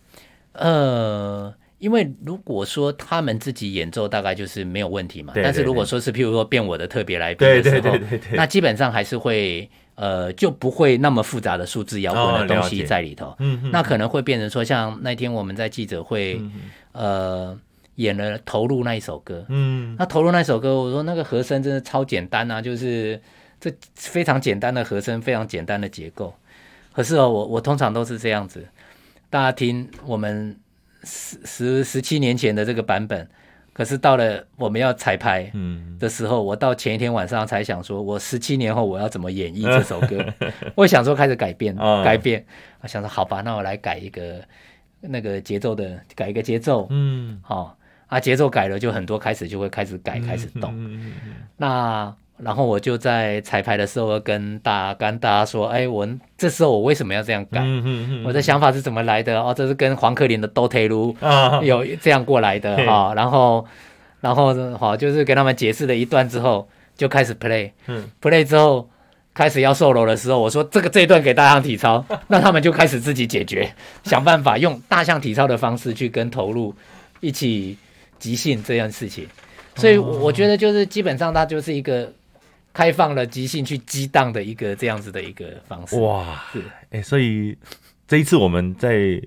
S5: 呃。因为如果说他们自己演奏，大概就是没有问题嘛。
S4: 对
S5: 但是
S4: 对
S5: 如果
S4: 对
S5: 说是譬如说变我的特别来宾
S4: 对
S5: 的时
S4: 对
S5: 候，
S4: 对对对
S5: 那基本上还是会呃就不会那么复杂的数字摇滚
S4: 哦
S5: 的东
S4: 了
S5: 西
S4: 解
S5: 在里头。
S4: 嗯
S5: 那可能会变成说，像那天我们在记者会，呃，演了《投入》那一首歌，
S4: 嗯，
S5: 那投入那首歌，我说那个和声真的超简单啊，就是这非常简单的和声，非常简单的结构。可是哦，我我通常都是这样子，大家听我们十十十七年前的这个版本，可是到了我们要彩排
S4: 嗯
S5: 的时候，我到前一天晚上才想说，我十七年后我要怎么演绎这首歌？ [LAUGHS] 我想说开始改变
S4: 嗯，
S5: 改变，我想说好吧，那我来改一个那个节奏的，改一个节奏，
S4: 嗯
S5: 哦，啊，节奏改了，就很多开始就会开始改，开始动。
S4: 嗯
S5: 那然后我就在彩排的时候跟大跟大家说，哎，我这时候我为什么要这样改？
S4: 嗯嗯
S5: 我的想法是怎么来的？哦，这是跟黄克林的《都推路
S4: 嗯啊》
S5: [LAUGHS] 有这样过来的
S4: 嘿
S5: 哈、然后，然后好、就是跟他们解释了一段之后，就开始 play，
S4: 嗯
S5: ，play 之后。开始要 solo 的时候，我说这个这一段给大象体
S4: [LAUGHS]
S5: 操，那他们就开始自己解决，想办法用大象体操的方式去跟投入一起即兴这件事情。所以我我觉得就是基本上它就是一个开放了即兴去激荡的一个这样子的一个方式。
S4: 哇
S5: 嗯是，
S4: 哎、所以这一次我们在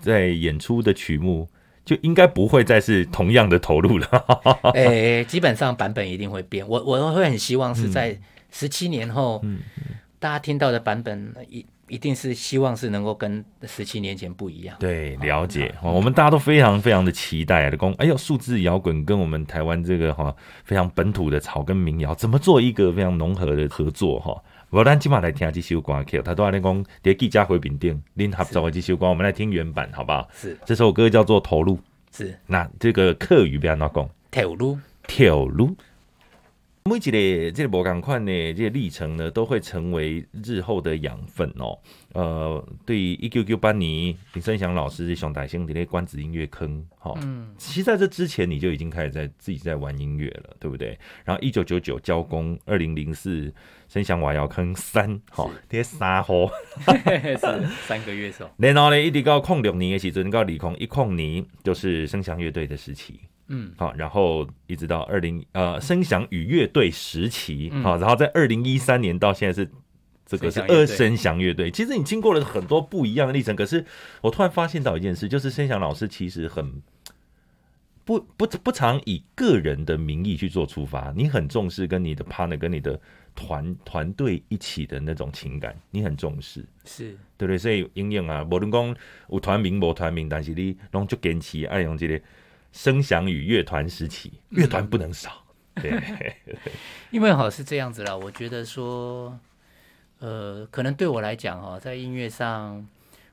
S4: 在演出的曲目就应该不会再是同样的投入了。
S5: 诶、基本上版本一定会变。我我会很希望是在十七年后，大家听到的版本一一定是希望是能够跟十七年前不一样。
S4: 对，了解、哦我们大家都非常非常的期待的，公哎呦，数字摇滚跟我们台湾这个哈、非常本土的草根民谣，怎么做一个非常融合的合作哈、我咱今晚来听这首歌曲，他都在讲在记者回屏顶，恁合作的这首歌，我们来听原版好不好？
S5: 是
S4: 这首歌叫做《投入》，
S5: 是，
S4: 那这个客语不要闹讲，
S5: 铁路
S4: 跳路。每一个这个无共款的这个历程呢，都会成为日后的养分哦。呃，对于一九九八年林生祥老师熊大兴的那关子音乐坑，哈、哦，嗯，其实在这之前你就已经开始在自己在玩音乐了，对不对？然后一九九九交工，二零零四生祥瓦窑坑三，哈、哦，这三号。
S5: [LAUGHS] 是三个乐手，
S4: 然后呢，一直到空六年的时阵，到李空一空年就是声响乐队的时期，
S5: 嗯，
S4: 好、然后一直到二零呃声响与乐队时期，好、然后在二零一三年到现在是这个是
S5: 嗯声响乐队
S4: 二声响乐队。其实你经过了很多不一样的历程，可是我突然发现到一件事，就是声响老师其实很不不不常以个人的名义去做出发，你很重视跟你的 partner 跟你的团团队一起的那种情感，你很重视。
S5: 是
S4: 对不对？所以永远啊，无论讲有团名无团名，但是你拢足坚持爱用这个声响与乐团时期，乐团不能少。对，
S5: 因为好是这样子啦，我觉得说，呃，可能对我来讲哦，在音乐上，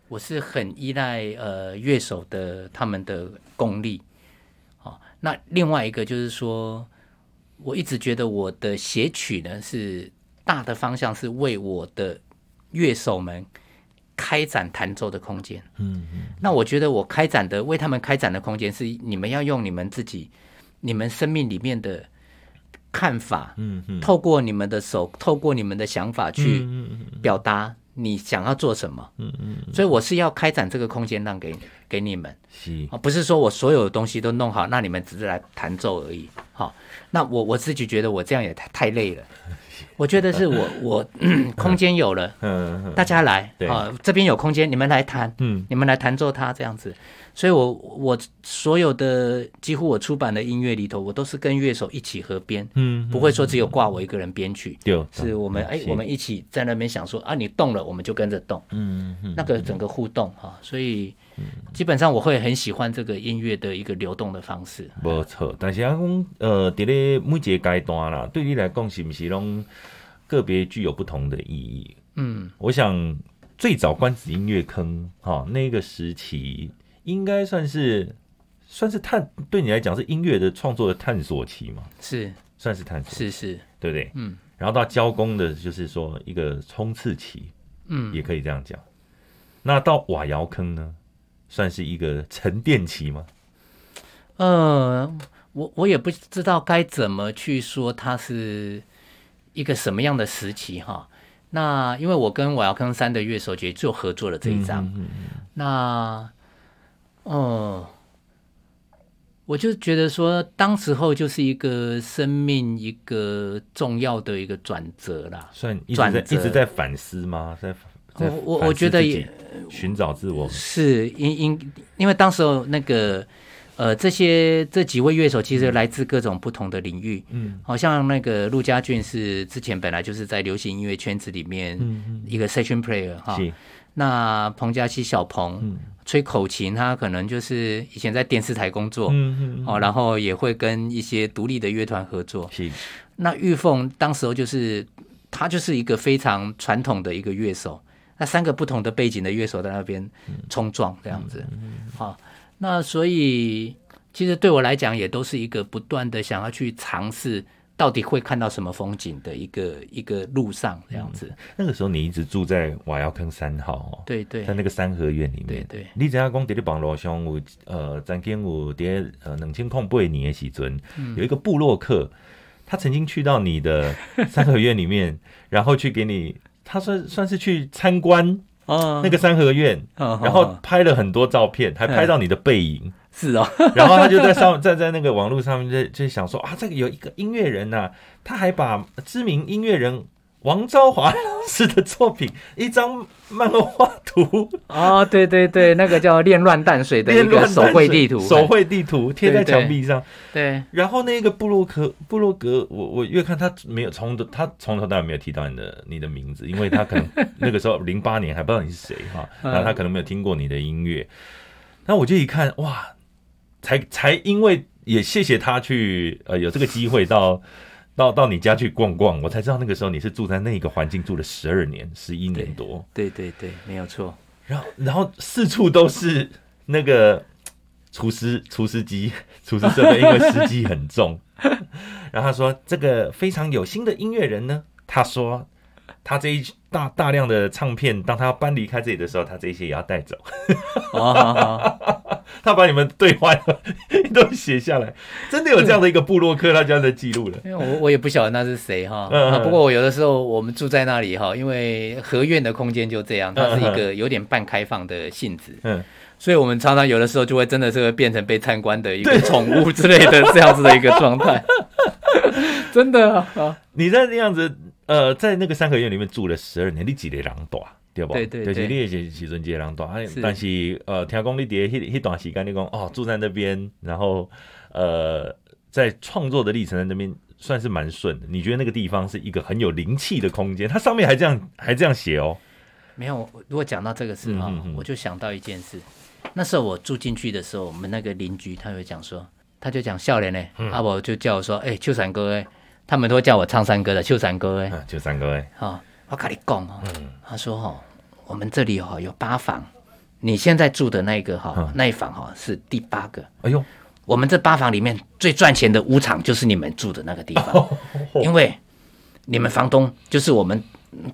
S5: 我是很依赖呃乐手的他们的功力。好、那另外一个就是说，我一直觉得我的写曲呢是大的方向是为我的乐手们开展弹奏的空间。那我觉得我开展的为他们开展的空间是你们要用你们自己、你们生命里面的看法，
S4: 嗯嗯
S5: 透过你们的手，透过你们的想法去
S4: 嗯嗯
S5: 表达你想要做什么。
S4: 嗯嗯，
S5: 所以我是要开展这个空间让给给你们。
S4: 是
S5: 啊，不是说我所有的东西都弄好，那你们只是来弹奏而已。好、那我我自己觉得我这样也太太累
S4: [LAUGHS]
S5: 了。我觉得是我我空间有了，
S4: 嗯嗯
S5: 大家来
S4: 对
S5: 啊，这边有空间，你们来弹，
S4: 嗯
S5: 你们来弹奏它这样子。所以我我所有的几乎我出版的音乐里头，我都是跟乐手一起合编，
S4: 嗯
S5: 不会说只有挂我一个人编曲。
S4: 对，
S5: 是我们哎、
S4: 是
S5: 我们一起在那边想说啊，你动了，我们就跟着动。
S4: 嗯嗯
S5: 那个整个互动哈、所以基本上我会很喜欢这个音乐的一个流动的方式。
S4: 无错，但是啊讲呃，伫咧每一个阶段啦，对你来讲是毋是拢个别具有不同的意义？
S5: 嗯，
S4: 我想最早关子音乐坑哈、那个时期，应该算是算是探对你来讲是音乐的创作的探索期嘛，
S5: 是
S4: 算是探索，
S5: 是是，
S4: 对不对？
S5: 嗯
S4: 然后到交工的，就是说一个冲刺期，
S5: 嗯，
S4: 也可以这样讲。那到瓦窑坑呢，算是一个沉淀期吗？
S5: 呃，我我也不知道该怎么去说它是一个什么样的时期哈。那因为我跟瓦窑坑三的乐手节就合作了这一张，
S4: 嗯
S5: 那哦，我就觉得说，当时候就是一个生命一个重要的一个转折啦。
S4: 算一直
S5: 转
S4: 在
S5: 折
S4: 一直在反思吗？在在
S5: 我我
S4: 反思
S5: 我觉得
S4: 自己
S5: 也呃
S4: 寻找自我，
S5: 是因因因为当时候那个呃，这些这几位乐手其实来自各种不同的领域，
S4: 嗯，
S5: 好像那个陆家俊是之前本来就是在流行音乐圈子里面一个 session player 哈，
S4: 嗯是嗯
S5: 那彭佳琪小彭、吹口琴，他可能就是以前在电视台工作，
S4: 嗯嗯
S5: 哦，然后也会跟一些独立的乐团合作，
S4: 是
S5: 那玉凤当时候就是她就是一个非常传统的一个乐手，那三个不同的背景的乐手在那边冲撞这样
S4: 嗯
S5: 子，好、那所以其实对我来讲也都是一个不断的想要去尝试。到底会看到什么风景的一个一个路上这样子，
S4: 那个时候你一直住在瓦窑坑三号哦，
S5: 对对
S4: 在那个三合院里面。
S5: 对对
S4: 你知影讲伫咧网络上有呃，曾经有伫呃两千空八年的时阵，
S5: 嗯
S4: 有一个部落客，他曾经去到你的三合院里面，
S5: [LAUGHS]
S4: 然后去给你，他算算是去参观
S5: 哦
S4: 那个三合院，
S5: 哦
S4: 然后拍了很多照片，还拍到你的背影。
S5: 是哦，
S4: 然后他就在上 [LAUGHS] 在在那个网络上面就就想说啊，这个有一个音乐人呐、他还把知名音乐人王昭华老师的作品一张漫画图
S5: [LAUGHS] 哦，对对对，那个 [LAUGHS] 叫恋乱淡水的一
S4: 编
S5: 个
S4: [LAUGHS] 乱
S5: 手绘地图，
S4: 手绘地图贴在墙壁上。
S5: 对，
S4: 然后那个布洛克布洛格，我我越看他没有从头，他从头到尾没有提到你的你的名字，因为他可能那个时候零八年还不知道你是谁哈，
S5: 嗯
S4: 然后他可能没有听过你的音乐。那我就一看，哇，才才因为也谢谢他去呃有这个机会到。到到你家去逛逛，我才知道那个时候你是住在那个环境住了十二年、十一年多，
S5: 对对对，没有错，
S4: 然后然后四处都是那个厨师厨师机 [LAUGHS] 厨师设备，因为司机很重。 [LAUGHS] 然后他说这个非常有心的音乐人呢，他说他这一大大量的唱片，当他搬离开这里的时候，他这些也要带走。 [LAUGHS]
S5: 好好好，
S4: 他把你们对话都 [LAUGHS] 写下来，真的有这样的一个部落客，他这样的记录了。
S5: 因为我我也不晓得那是谁哈、
S4: 嗯嗯
S5: 啊不过我有的时候我们住在那里哈，因为合院的空间就这样，它是一个有点半开放的性质，
S4: 嗯，
S5: 所以我们常常有的时候就会真的是会变成被参观的一个宠物之类的这样子的一个状
S4: [LAUGHS]
S5: 态，真的啊啊，
S4: 你在那样子，呃，在那个三合院里面住了十二年，你几个人大对吧？
S5: 对对
S4: 就
S5: 对
S4: 是你也是其中一个人大，啊
S5: 是
S4: 但是呃，听讲你伫迄迄段时间，你讲哦，住在那边，然后呃，在创作的历程在那边算是蛮顺的。你觉得那个地方是一个很有灵气的空间？它上面还这样还这样写哦，
S5: 没有，我如果讲到这个事哈、
S4: 嗯嗯嗯
S5: 我就想到一件事。那时候我住进去的时候，我们那个邻居他会讲说，他就讲笑脸嘞，
S4: 嗯
S5: 啊，我就叫我说，哎、秋山哥哎，他们都会叫我唱山歌的，秋山哥哎，
S4: 啊，就三个哎，
S5: 哈、我跟你讲哦，
S4: 嗯
S5: 他说哦，我们这里哦有八房，你现在住的那个哈、
S4: 嗯
S5: 那一房哈、是第八个，
S4: 哎呦，
S5: 我们这八房里面最赚钱的五场就是你们住的那个地方，
S4: 哦
S5: 因为你们房东就是我们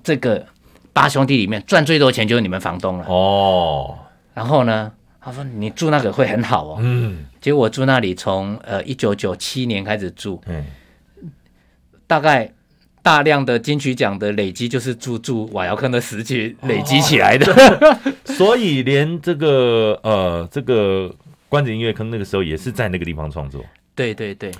S5: 这个八兄弟里面赚最多钱就是你们房东了。
S4: 哦，
S5: 然后呢，他说你住那个会很好哦。
S4: 嗯，
S5: 结果我住那里从呃一九九七年开始住，
S4: 嗯，
S5: 大概大量的金曲奖的累积就是住住瓦窑坑的时期累积起来
S4: 哦
S5: 的。
S4: 所以连这个呃这个关子音乐坑那个时候也是在那个地方创作，
S5: 对对对，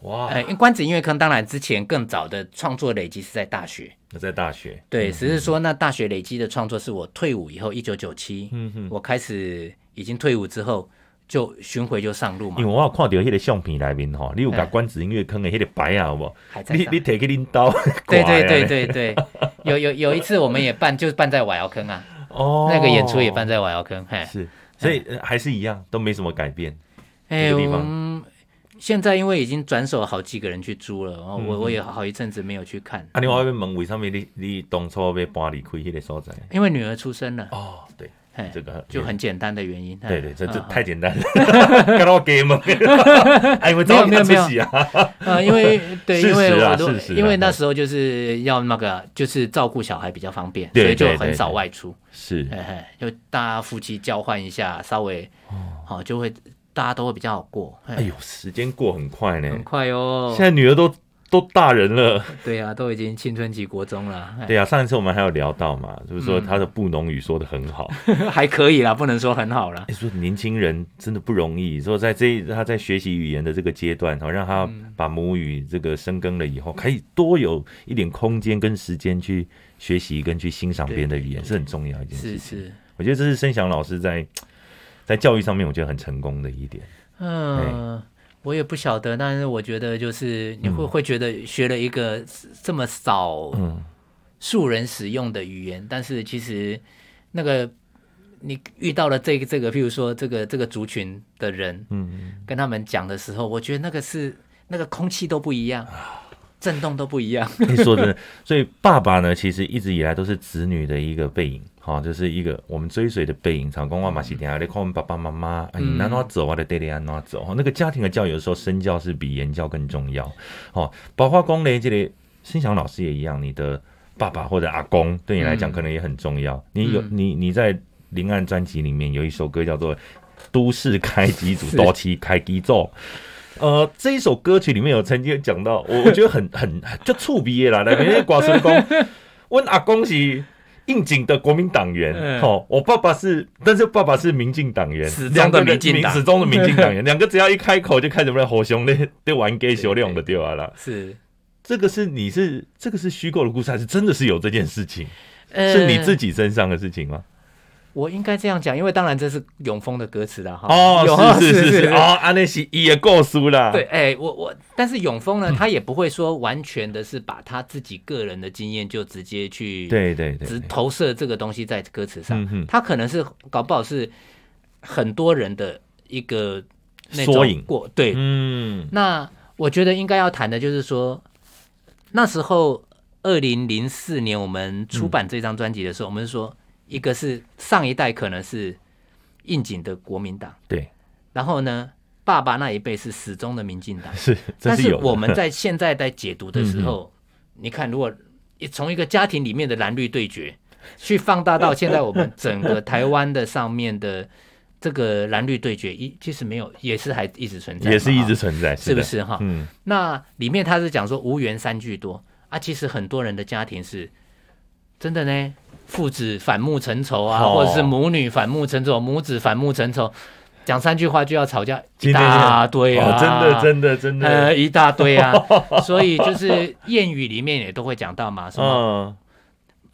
S4: 哇，
S5: 哎、因为关子音乐坑当然之前更早的创作累积是在大学。
S4: 那在大学，
S5: 对，只是说那大学累积的创作是我退伍以后，一九九七，
S4: 嗯
S5: 我开始已经退伍之后就巡回就上路嘛
S4: 因为，我有看到迄个相片内面吼，你有甲
S5: 哦哎
S4: 关子音乐坑的迄个牌啊，有无？
S5: 还在
S4: 你
S5: 上
S4: 你摕去恁兜
S5: 对
S4: 挂
S5: 对
S4: 的啊
S5: 对，对对，有有有一次我们也办，就是办在瓦窑坑啊，
S4: 哦，
S5: 那个演出也办哎在瓦窑坑，嘿，
S4: 是，所以呃还是一样，都没什么改变。
S5: 哎
S4: 这个地方
S5: 嗯现在因为已经转手好几个人去租了，然后
S4: 嗯
S5: 我我也好一阵子没有去看，
S4: 啊，另外一边问为什么你你当初要搬离开迄个所在？
S5: 因为女儿出生了，
S4: 哦，对，
S5: 嘿，
S4: 这个
S5: 就很简单的原因，
S4: 对对，这这
S5: 嗯
S4: 太简单了，
S5: [LAUGHS]
S4: [LAUGHS] 看到我给梦，哎，我早
S5: 没
S4: 点
S5: 有
S4: 出
S5: 没有
S4: 席啊，
S5: [LAUGHS] 呃，因
S4: [LAUGHS]
S5: 为对，
S4: 事
S5: 因为
S4: 实啊
S5: 我都
S4: 事实啊
S5: 因为那时候就是要那个就是照顾小孩比较方便，
S4: 对
S5: 所以就
S4: 对
S5: 很
S4: 对
S5: 少
S4: 对
S5: 外出，
S4: 是
S5: 嘿嘿，就大家夫妻交换一下，稍微好、就会大家都会比较好过。哎
S4: 哦哎呦，时间过很快呢，
S5: 很快哦
S4: 现，在女儿都都大人了。
S5: 对啊，都已经青春期国中了，哎
S4: 对啊，上一次我们还有聊到嘛，就
S5: 嗯
S4: 是说她的布农语说的很好。
S5: 还可以啦，不能说很好啦。
S4: 哎，说年轻人真的不容易，说在这一他在学习语言的这个阶段，哦，让他把母语这个深耕了以后，可以多有一点空间跟时间去学习跟去欣赏别人的语言，是很重要一件事
S5: 是
S4: 情。
S5: 是，
S4: 我觉得这是申翔老师在在教育上面，我觉得很成功的一点。
S5: 嗯、我也不晓得，但是我觉得就是你会、会觉得学了一个这么少
S4: 嗯
S5: 素人使用的语言，但是其实那个你遇到了这个这个，譬如说这个这个族群的人，
S4: 嗯，
S5: 跟他们讲的时候，我觉得那个是那个空气都不一样，
S4: 啊
S5: 震动都不一
S4: [LAUGHS]
S5: 样。
S4: 你说真的，所以爸爸呢，其实一直以来都是子女的一个背影，哈、就是一个我们追随的背影。常公话马西底下，你看我们爸爸妈妈，哎你
S5: 嗯
S4: 哪哪走啊，的爹爹啊哪走，哈，那个家庭的教育，有时候身教是比言教更重要，哦，包括公嘞，这里申翔老师也一样，你的爸爸或者阿公对你来讲
S5: 嗯
S4: 可能也很重要。你有
S5: 嗯
S4: 你你在林岸专辑里面有一首歌叫做《都市开机组》，多期开机奏。呃，这一首歌曲里面有曾经有讲到，我我觉得很 [LAUGHS] 很就触鼻耶啦，来，因为寡孙公，
S5: [LAUGHS]
S4: 我阿公是应景的国民党员，
S5: 嗯
S4: 哦，我爸爸是，但是爸爸是民进党员，
S5: 始终的
S4: 两个人
S5: 民进党
S4: 始终的民进
S5: [LAUGHS]
S4: 党员，两个只要一开口就开始在吼熊咧，对玩 gay 熊那种的对啊啦。
S5: 是，
S4: 这个是你是这个是虚构的故事，还是真的是有这件事情？
S5: 呃
S4: 是你自。己身上的事情吗？
S5: 我应该这样讲，因为当然这是永丰的歌词了哈。有啊
S4: 哦，
S5: [LAUGHS]
S4: 是是是是，
S5: 是
S4: 哦，安内是伊的故事
S5: [LAUGHS]
S4: 啦。
S5: 对，，哎、我我，但是永丰
S4: 嗯
S5: 呢，他也不会说完全的是把他自己个人的经验就直接去
S4: 对对对
S5: 只
S4: 对，
S5: 投射这个东西在歌词上
S4: 嗯哼，
S5: 他可能是搞不好是很多人的一个那种
S4: 缩影
S5: 过对。
S4: 嗯，
S5: 那我觉得应该要谈的就是说，那时候二零零四年我们
S4: 嗯
S5: 出版这张专辑的时候，我们是说一个是上一代可能是应景的国民党，
S4: 对， [LAUGHS]
S5: 然后呢，爸爸那一辈是始终的民进党，
S4: 是，这
S5: 但
S4: 是
S5: 是
S4: 有的嗯
S5: 我们在现在在解读的时候，你看，如果从一个家庭里面的蓝绿对决，去放大到现在我们整个台湾的上面的这个蓝绿对决，一其实没有，也是还一直存在嘛，
S4: 也是一直
S5: 哈
S4: 存在，
S5: 是不
S4: 的？
S5: 是啊哈？
S4: 嗯，
S5: 那里面他是讲说无缘三聚多啊，其实很多人的家庭是真的呢，父子反目成仇啊，
S4: 哦
S5: 或者是母女反目成仇，母子反目成仇，讲三句话就要吵架
S4: 今
S5: 一
S4: 天
S5: 大堆啊，
S4: 哦，真的，真的，真
S5: 呃
S4: 的，
S5: 一大堆
S4: [LAUGHS]
S5: 啊，所以就是谚语里面也都会讲到嘛，什么、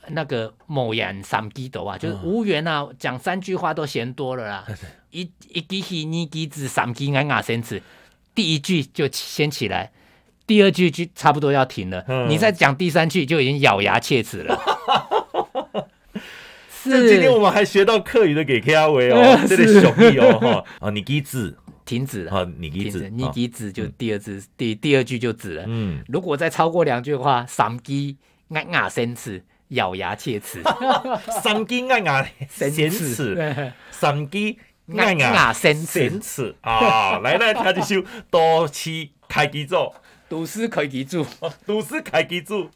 S4: 嗯，
S5: 那个某言三鸡斗啊，就是无缘啊，讲三句话都嫌多了啦，一一鸡戏二鸡子三鸡俺俺先子，第一句就先起来。第二句就差不多要停了，
S4: 嗯
S5: 你再讲第三句就已经咬牙切齿了。
S4: [LAUGHS] 这今天我
S5: 是
S4: 们还学到课语的给 K R V
S5: 哎
S4: 哦，这个小弟哦，哈，哦，你给字，
S5: 停止了，
S4: 哦，你给
S5: 停
S4: 字
S5: 止，，你
S4: 哦，
S5: 鸡子就第二字，第第二句就止了。
S4: 嗯，
S5: 如果再超过两句的话，三鸡牙牙生齿，咬牙切
S4: [LAUGHS]
S5: 齿，
S4: 三斤爱
S5: [LAUGHS]
S4: 牙咸齿，
S5: 齿，
S4: 三斤爱
S5: 牙
S4: 牙
S5: 牙生
S4: 咸
S5: 齿，
S4: 齿啊，来来，听一首《多妻开机奏》。
S5: 读书可以记住。
S4: [LAUGHS] 都市凯基柱。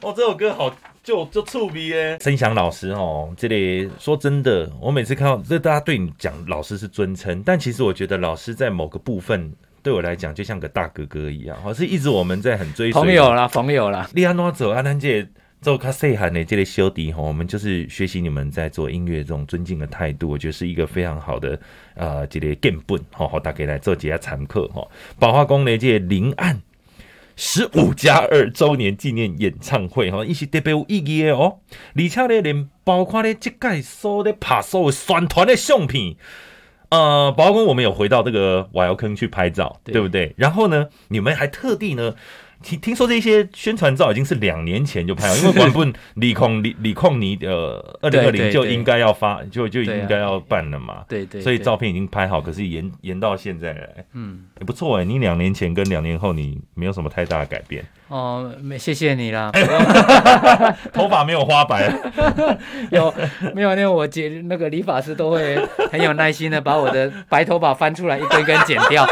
S4: 哦，这首歌好就就触鼻耶。申翔老师哦，这里说真的，我每次看到这大家对你讲老师是尊称，但其实我觉得老师在某个部分对我来讲就像个大哥哥一样，好哦是一直我们在很追随的
S5: 朋友。啊啦，朋友啦，
S4: 利安诺走阿南姐。做卡细汉的这类修迪哈，哦我们就是学习你们在做音乐这种尊敬的态度，我觉得是一个非常好的呃，这个根本吼，好、大家来做几下参课吼。宝华宫的这个林岸十五加二周年纪念演唱会吼，伊、是特别有意义的哦。而且咧，连包括咧这届所咧拍所有宣传的相片，呃，宝华宫我们有回到这个瓦窑坑去拍照，
S5: 对
S4: 对不对？然后呢，你们还特地呢。听听说这些宣传照已经是两年前就
S5: [LAUGHS]
S4: 拍了，因为原本李孔李李孔尼呃，二零
S5: 对
S4: 二零
S5: 对
S4: 就
S5: 对
S4: 应该要发，就就
S5: 对啊
S4: 应该要办了嘛。
S5: 对对
S4: 所以
S5: 对
S4: 照片已经拍好，可是延延到现在来，
S5: 嗯，
S4: 也不错哎、你两年前跟两年后你没有什么太大的改变， [LAUGHS]
S5: 哦，没谢谢你啦。
S4: 头发没有花白，
S5: [LAUGHS] 有没有那个我姐那个理发师都会很有耐心的把我的白头发翻出来一根一根剪
S4: [LAUGHS]
S5: 掉，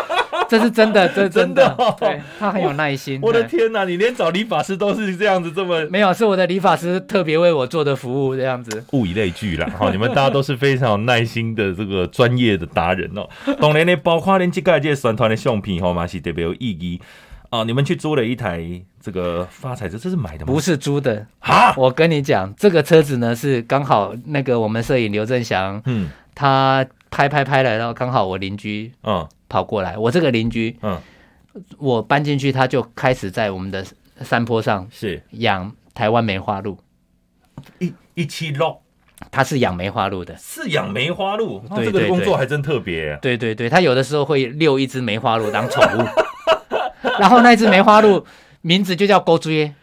S5: 这是真的，这是真
S4: 真的哦
S5: 对他很有耐心。
S4: 我的
S5: 对
S4: 天哪、你连找理发师都是这样子，这么
S5: 没有，是我的理发师特别为我做的服务这样子。
S4: 物以类聚
S5: [LAUGHS]
S4: 啦，哈，你们大家都是非常有耐心的这个专业的达人哦。当然呢，包括连这个这个宣传的相片哈，嘛是特别有意义啊。你们去租了一台这个发财车，这是买的吗？
S5: 不是租的，
S4: 啊，
S5: 我跟你讲，这个车子呢是刚好那个我们摄影刘振祥
S4: 嗯
S5: 他拍拍拍来，然后刚好我邻居
S4: 嗯
S5: 跑过来，我这个邻居，
S4: 嗯，
S5: 我搬进去他就开始在我们的山坡上
S4: 是
S5: 养台湾梅花鹿，
S4: 一一期六
S5: 他是养梅花鹿的。
S4: 饲养梅花鹿，那
S5: 对
S4: 这个
S5: 对
S4: 工作
S5: 对
S4: 还真特别。啊
S5: 对对对，他有的时候会遛一只梅花鹿当宠物， [LAUGHS] 然后那只梅花鹿名字就叫勾追耶，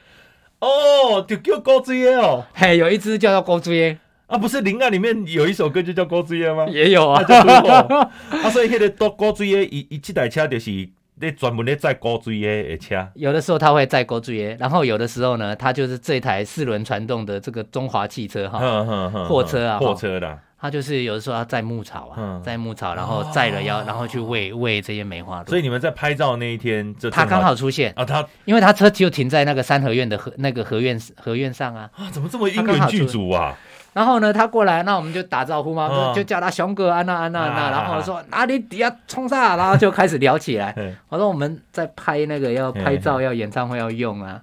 S4: 哦，就叫高枝叶哦，
S5: 嘿，有一只叫做勾追耶，
S4: 啊，不是《灵感》里面有一首歌就叫高
S5: [LAUGHS]
S4: 枝叶吗？
S5: 也有啊
S4: 啊，，就对哦啊，所以迄个高高枝叶，伊伊这台车就是咧专门咧载高枝叶的车。
S5: 有的时候他会载勾追耶，然后有的时候呢，他就是这台四轮传动的这个中华汽车哈，
S4: 哼哼哼
S5: 货车啊
S4: 货车啦，
S5: 他就是有的时候要载牧草啊
S4: 嗯，
S5: 载牧草，然后载了要，然后去喂喂这些梅花鹿
S4: 所以。你们在拍照那一天，就
S5: 他
S4: 正
S5: 刚好出现，
S4: 啊，他
S5: 因为他车就停在那个三合院的河那个河院河院上啊。
S4: 啊，怎么这么因
S5: 他刚
S4: 缘
S5: 好出
S4: 具足啊？
S5: 然后呢，他过来，那我们就打招呼嘛，
S4: 嗯
S5: 就叫他熊哥安娜安娜安
S4: 啊
S5: 娜，然后说哪里底下冲啥，然后就开始聊起来
S4: [LAUGHS] 嗯。
S5: 我说我们在拍那个要拍照要演唱会要用啊，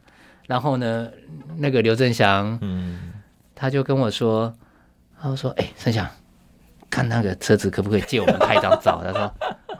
S5: 然后呢，那个刘振祥
S4: 嗯，
S5: 他就跟我说，他就说哎，盛祥，看那个车子可不可以借我们拍张照？他说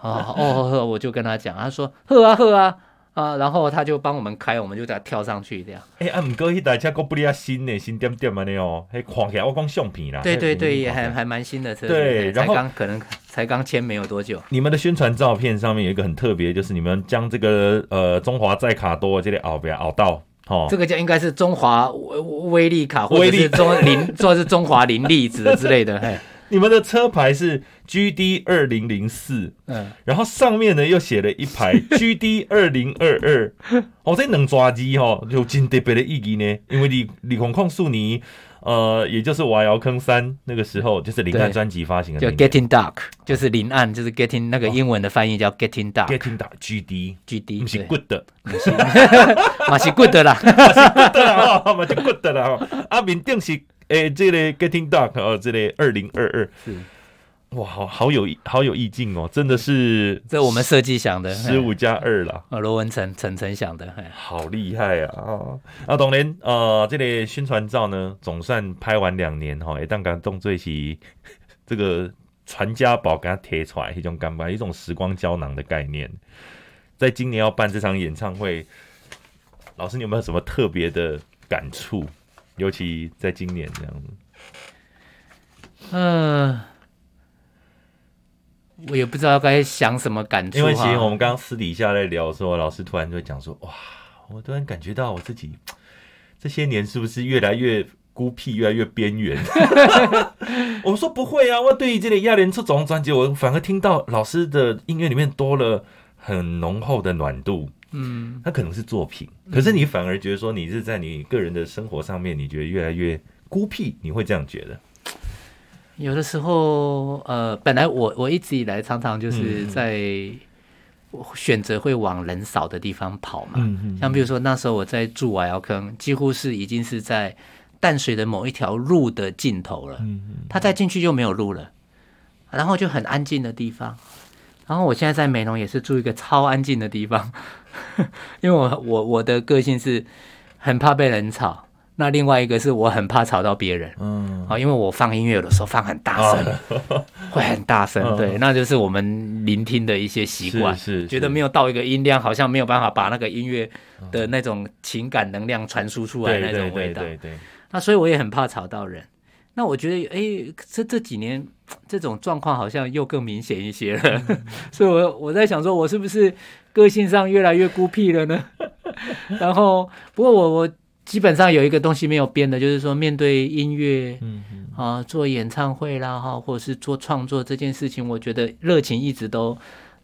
S5: 哦哦哦，我就跟他讲，他说呵啊呵啊啊，然后他就帮我们开，我们就这样跳上去这样。
S4: 哎、啊，唔过迄台车够不离啊新呢，新点点安尼哦，迄看起来我讲相片啦。
S5: 对
S4: 那
S5: 对对，
S4: 嗯
S5: 也
S4: 看起
S5: 还
S4: 来
S5: 还蛮新的车子，
S4: 对然
S5: 才
S4: 后
S5: 刚可能才刚签没有多久。
S4: 你们的宣传照片上面有一个很特别，就是你们将这个呃中华载卡多这里熬不要熬到哦
S5: 这，个叫应该是中华威威力卡，或哎
S4: 威
S5: 者
S4: 力
S5: [LAUGHS] 是中林，或者是中华林立子之类的。嘿，
S4: 你们的车牌是 GD 二零零四，
S5: 嗯，
S4: 然后上面呢又写了一排 [LAUGHS] GD 二零二二，哦，这能抓机哦，有真特别的意义呢，因为李李孔控诉你，呃，也就是瓦窑坑三那个时候，就是林汉
S5: 对
S4: 专辑发行的
S5: 叫
S4: 那年
S5: Getting Dark，就是临岸，就是 Getting 那个英文的翻译叫 Getting Dark，GD，
S4: Getting 打 GD，不是
S5: 对
S4: good 的，
S5: [LAUGHS]
S4: [LAUGHS]
S5: 嘛是 good 的啦，
S4: 对啦，哦嘛就 good 的啦，哦啊，面顶是诶、这个 Getting Dark 哦，这个二零二二
S5: 是，
S4: 哇，好好有好有意境哦，真的是
S5: 这我们设计想的，
S4: 十五加二啦。
S5: 嘿，呃罗文成晨晨想的，嘿
S4: 好厉害啊！啊，啊，当然，呃，这个宣传照呢，总算拍完两年吼，一旦感动最是 [LAUGHS] 这个传家宝给它贴出来，一种感觉，一种时光胶囊的概念。在今年要办这场演唱会，老师你有没有什么特别的感触？尤其在今年这样子，嗯
S5: 呃，我也不知道该想什么感触
S4: 因
S5: 哈
S4: 为其实我们刚刚私底下在聊的时候，老师突然就会讲说，哇，我突然感觉到我自己这些年是不是越来越孤僻，越来越边缘？ [LAUGHS] 我说不会啊，我对于这类亚莲这种专辑，我反而听到老师的音乐里面多了很浓厚的暖度。
S5: 嗯，
S4: 它可能是作品，可是你反而觉得说你是在你个人的生活上面，你觉得越来越孤僻，你会这样觉得？
S5: 有的时候，呃，本来我我一直以来常常就是
S4: 嗯嗯
S5: 在选择会往人少的地方跑嘛，
S4: 嗯
S5: 像比如说那时候我在住瓦窑坑，几乎是已经是在淡水的某一条路的尽头了，
S4: 嗯
S5: 它再进去就没有路了，然后就很安静的地方。然后我现在在美浓也是住一个超安静的地方， [LAUGHS] 因为我我我的个性是很怕被人吵，那另外一个是我很怕吵到别人。
S4: 嗯，
S5: 啊，因为我放音乐有的时候放很大声，
S4: 哦
S5: 会很大声，
S4: 嗯
S5: 对，那就是我们聆听的一些习惯，
S4: 是是
S5: 觉得没有到一个音量，好像没有办法把那个音乐的那种情感能量传输出来
S4: 哦对
S5: 那
S4: 对
S5: 种味
S4: 对
S5: 道。
S4: 对对，
S5: 那所以我也很怕吵到人。那我觉得，哎，这这几年这种状况好像又更明显一些了， [LAUGHS] 所以我我在想说，我是不是个性上越来越孤僻了呢？ [LAUGHS] 然后，不过我我基本上有一个东西没有变的，就是说面对音乐，
S4: 嗯嗯
S5: 啊，做演唱会啦哈，或者是做创作这件事情，我觉得热情一直都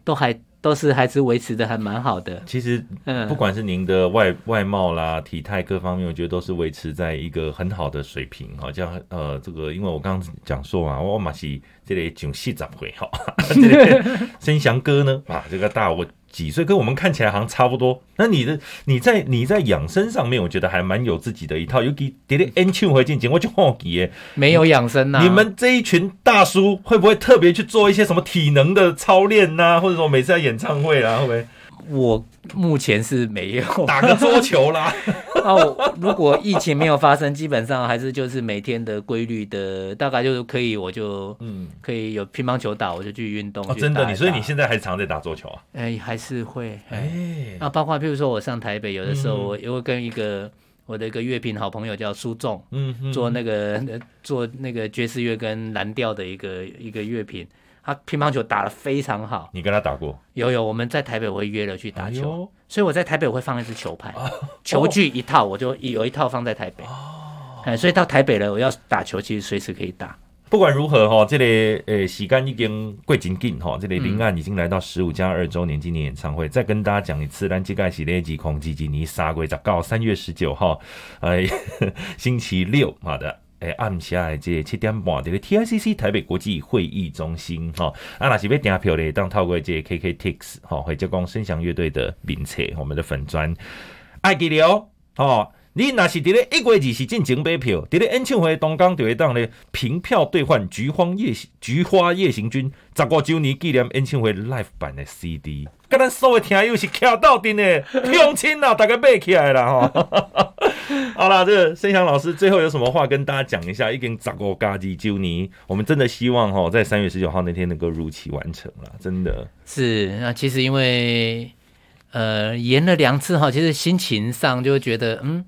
S5: 都还都是还是维持的还蛮好的。
S4: 其实
S5: 嗯，
S4: 不管是您的外外貌啦、体态各方面，我觉得都是维持在一个很好的水平。好像呃，这个因为我刚刚讲说嘛，我嘛是这里九四十回哈， [LAUGHS] 这个申翔哥呢啊，这个大我几岁，跟我们看起来好像差不多。那你的你在你在养生上面，我觉得还蛮有自己的一套。尤其叠叠 N 唱回进前，我就好奇耶，
S5: 没有养生呐、
S4: 你们这一群大叔会不会特别去做一些什么体能的操练呐、或者说每次在演唱会啊啦，会不会
S5: 我目前是没 [LAUGHS] 有。
S4: 打个桌球啦？
S5: [LAUGHS] 那我哦如果疫情没有发生，基本上还是就是每天的规律的，大概就是可以我就
S4: 嗯。
S5: 可以有乒乓球打，我就去运动。
S4: 哦，
S5: 去
S4: 真的，
S5: 打
S4: 你
S5: 一
S4: 所以你
S5: 打
S4: 现在还常在打桌球啊？
S5: 哎、还是会哎。
S4: 哎
S5: 那包括譬如说我上台北，有的时候
S4: 嗯
S5: 我也会跟一个我的一个乐评好朋友叫苏仲，
S4: 嗯哼
S5: 做那个呃做那个爵士乐跟蓝调的一个一个乐评，他乒乓球打得非常好。
S4: 你跟他打过
S5: 有有，我们在台北我会约了去打
S4: 哎
S5: 球，
S4: 呦
S5: 所以我在台北我会放一支球拍，球具一套，我就有一套放在台北。哎，所以到台北了，我要打球，其实随时可以打。
S4: 不管如何哈，这里呃，时间已经过紧紧哈，这里
S5: 嗯
S4: 林岸已经来到十五加二周年纪念演唱会，再跟大家讲一次，咱这个系列集恐基基尼杀鬼杂告，三月十九号，哎， [LAUGHS] 星期六，好的。诶，暗下的这七点半，这个 TICC 台北国际会议中心哈、啊，若是要订票咧，当透过这 KKTix 哈、或者讲声响乐队的名册，我们的粉砖爱记了哦哦。你若是伫咧一月二是进前买票，伫咧演唱会当天就会当咧凭票兑换《菊荒夜行菊花夜行军》十五周年纪念演唱会 live 版的 CD。甲咱所有的听友是徛到阵
S5: [LAUGHS]
S4: 的，乡亲啊，大家买起来啦吼！ [LAUGHS] 好啦，这个申翔老师最后有什么话跟大家讲一下？已经十五加二周年，我们真的希望哈，在三月十九号那天能够如期完成啦，真的。
S5: 是，那其实因为呃延了两次哈，其实心情上就会觉得嗯，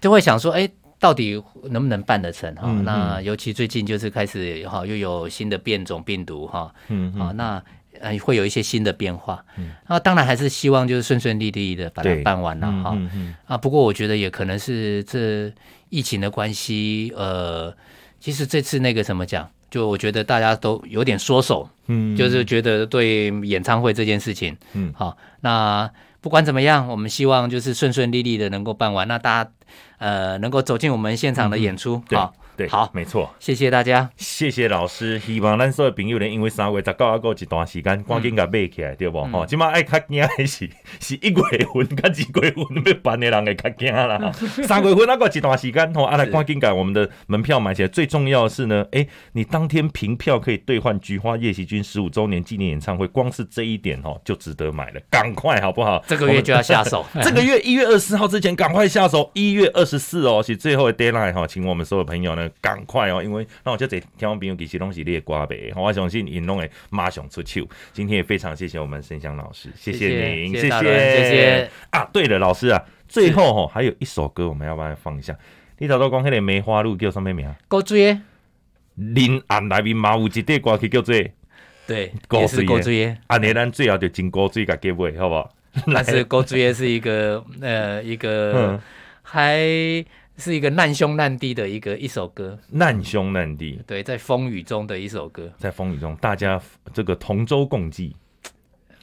S5: 就会想说，哎，到底能不能办得成哈？
S4: 嗯嗯
S5: 那尤其最近就是开始哈，又有新的变种病毒哈，
S4: 嗯
S5: 啊，那呃会有一些新的变化。那当然还是希望就是顺顺利利的把它
S4: 对
S5: 办完了
S4: 嗯
S5: 哈。
S4: 嗯嗯
S5: 啊，不过我觉得也可能是这疫情的关系，呃，其实这次那个怎么讲，就我觉得大家都有点缩手，
S4: 嗯
S5: 就是觉得对演唱会这件事情，
S4: 嗯
S5: 好，那不管怎么样，我们希望就是顺顺利利的能够办完，那大家呃能够走进我们现场的演出，
S4: 对
S5: 好，
S4: 对，
S5: 好，
S4: 没错。
S5: 谢谢大家，
S4: 谢谢老师，希望咱所有朋友呢，因为三月十九还有一段时间，
S5: 嗯
S4: 赶紧甲买起来，对无吼，即马爱较惊的是是一月份甲二月份要办的人会较
S5: [LAUGHS]
S4: 惊啦。三月份还有一段时间吼，啊来赶紧甲我们的门票买起来。最重要的是呢，诶，你当天凭票可以兑换《菊花夜袭军》十五周年纪念演唱会，光是这一点吼就值得买了，赶快好不好？，
S5: 这个月就要下 [LAUGHS] 手
S4: 这个月一月二十四号之前赶快下手，一月二十四哦是最后的 deadline 哈、请我们所有朋友呢赶快哦，因为那我就这天王朋友其实东西列瓜呗，我相信尹龙会马上出手。今天也非常谢谢我们沈翔老师，谢您，
S5: 谢谢
S4: 谢
S5: 大伦谢谢
S4: 啊。对了，老师啊，最后哦还有一首歌我们要不要放一下？你早都讲那个梅花鹿叫什么名？啊
S5: 够追，
S4: 林暗内面嘛有一块歌曲叫做《
S5: 对，
S4: 勾
S5: 也是
S4: 追
S5: 够
S4: [LAUGHS]
S5: 追。
S4: 安尼咱最后就真古水甲结尾，好不好？
S5: 但是勾追耶是一个呃一个
S4: [LAUGHS] 嗯
S5: 还是一个难兄难弟的一个一首歌，
S4: 难兄难弟。
S5: 对，在风雨中的一首歌，
S4: 在风雨中，大家这个同舟共济，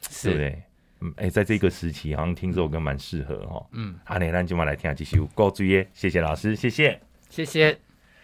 S4: 对不
S5: 是
S4: 对？嗯，哎、在这个时期，好像听这首歌蛮适合哈。哦
S5: 嗯，
S4: 阿内兰今晚来听下这首《高追耶》，谢谢老师，谢谢。
S5: 谢谢。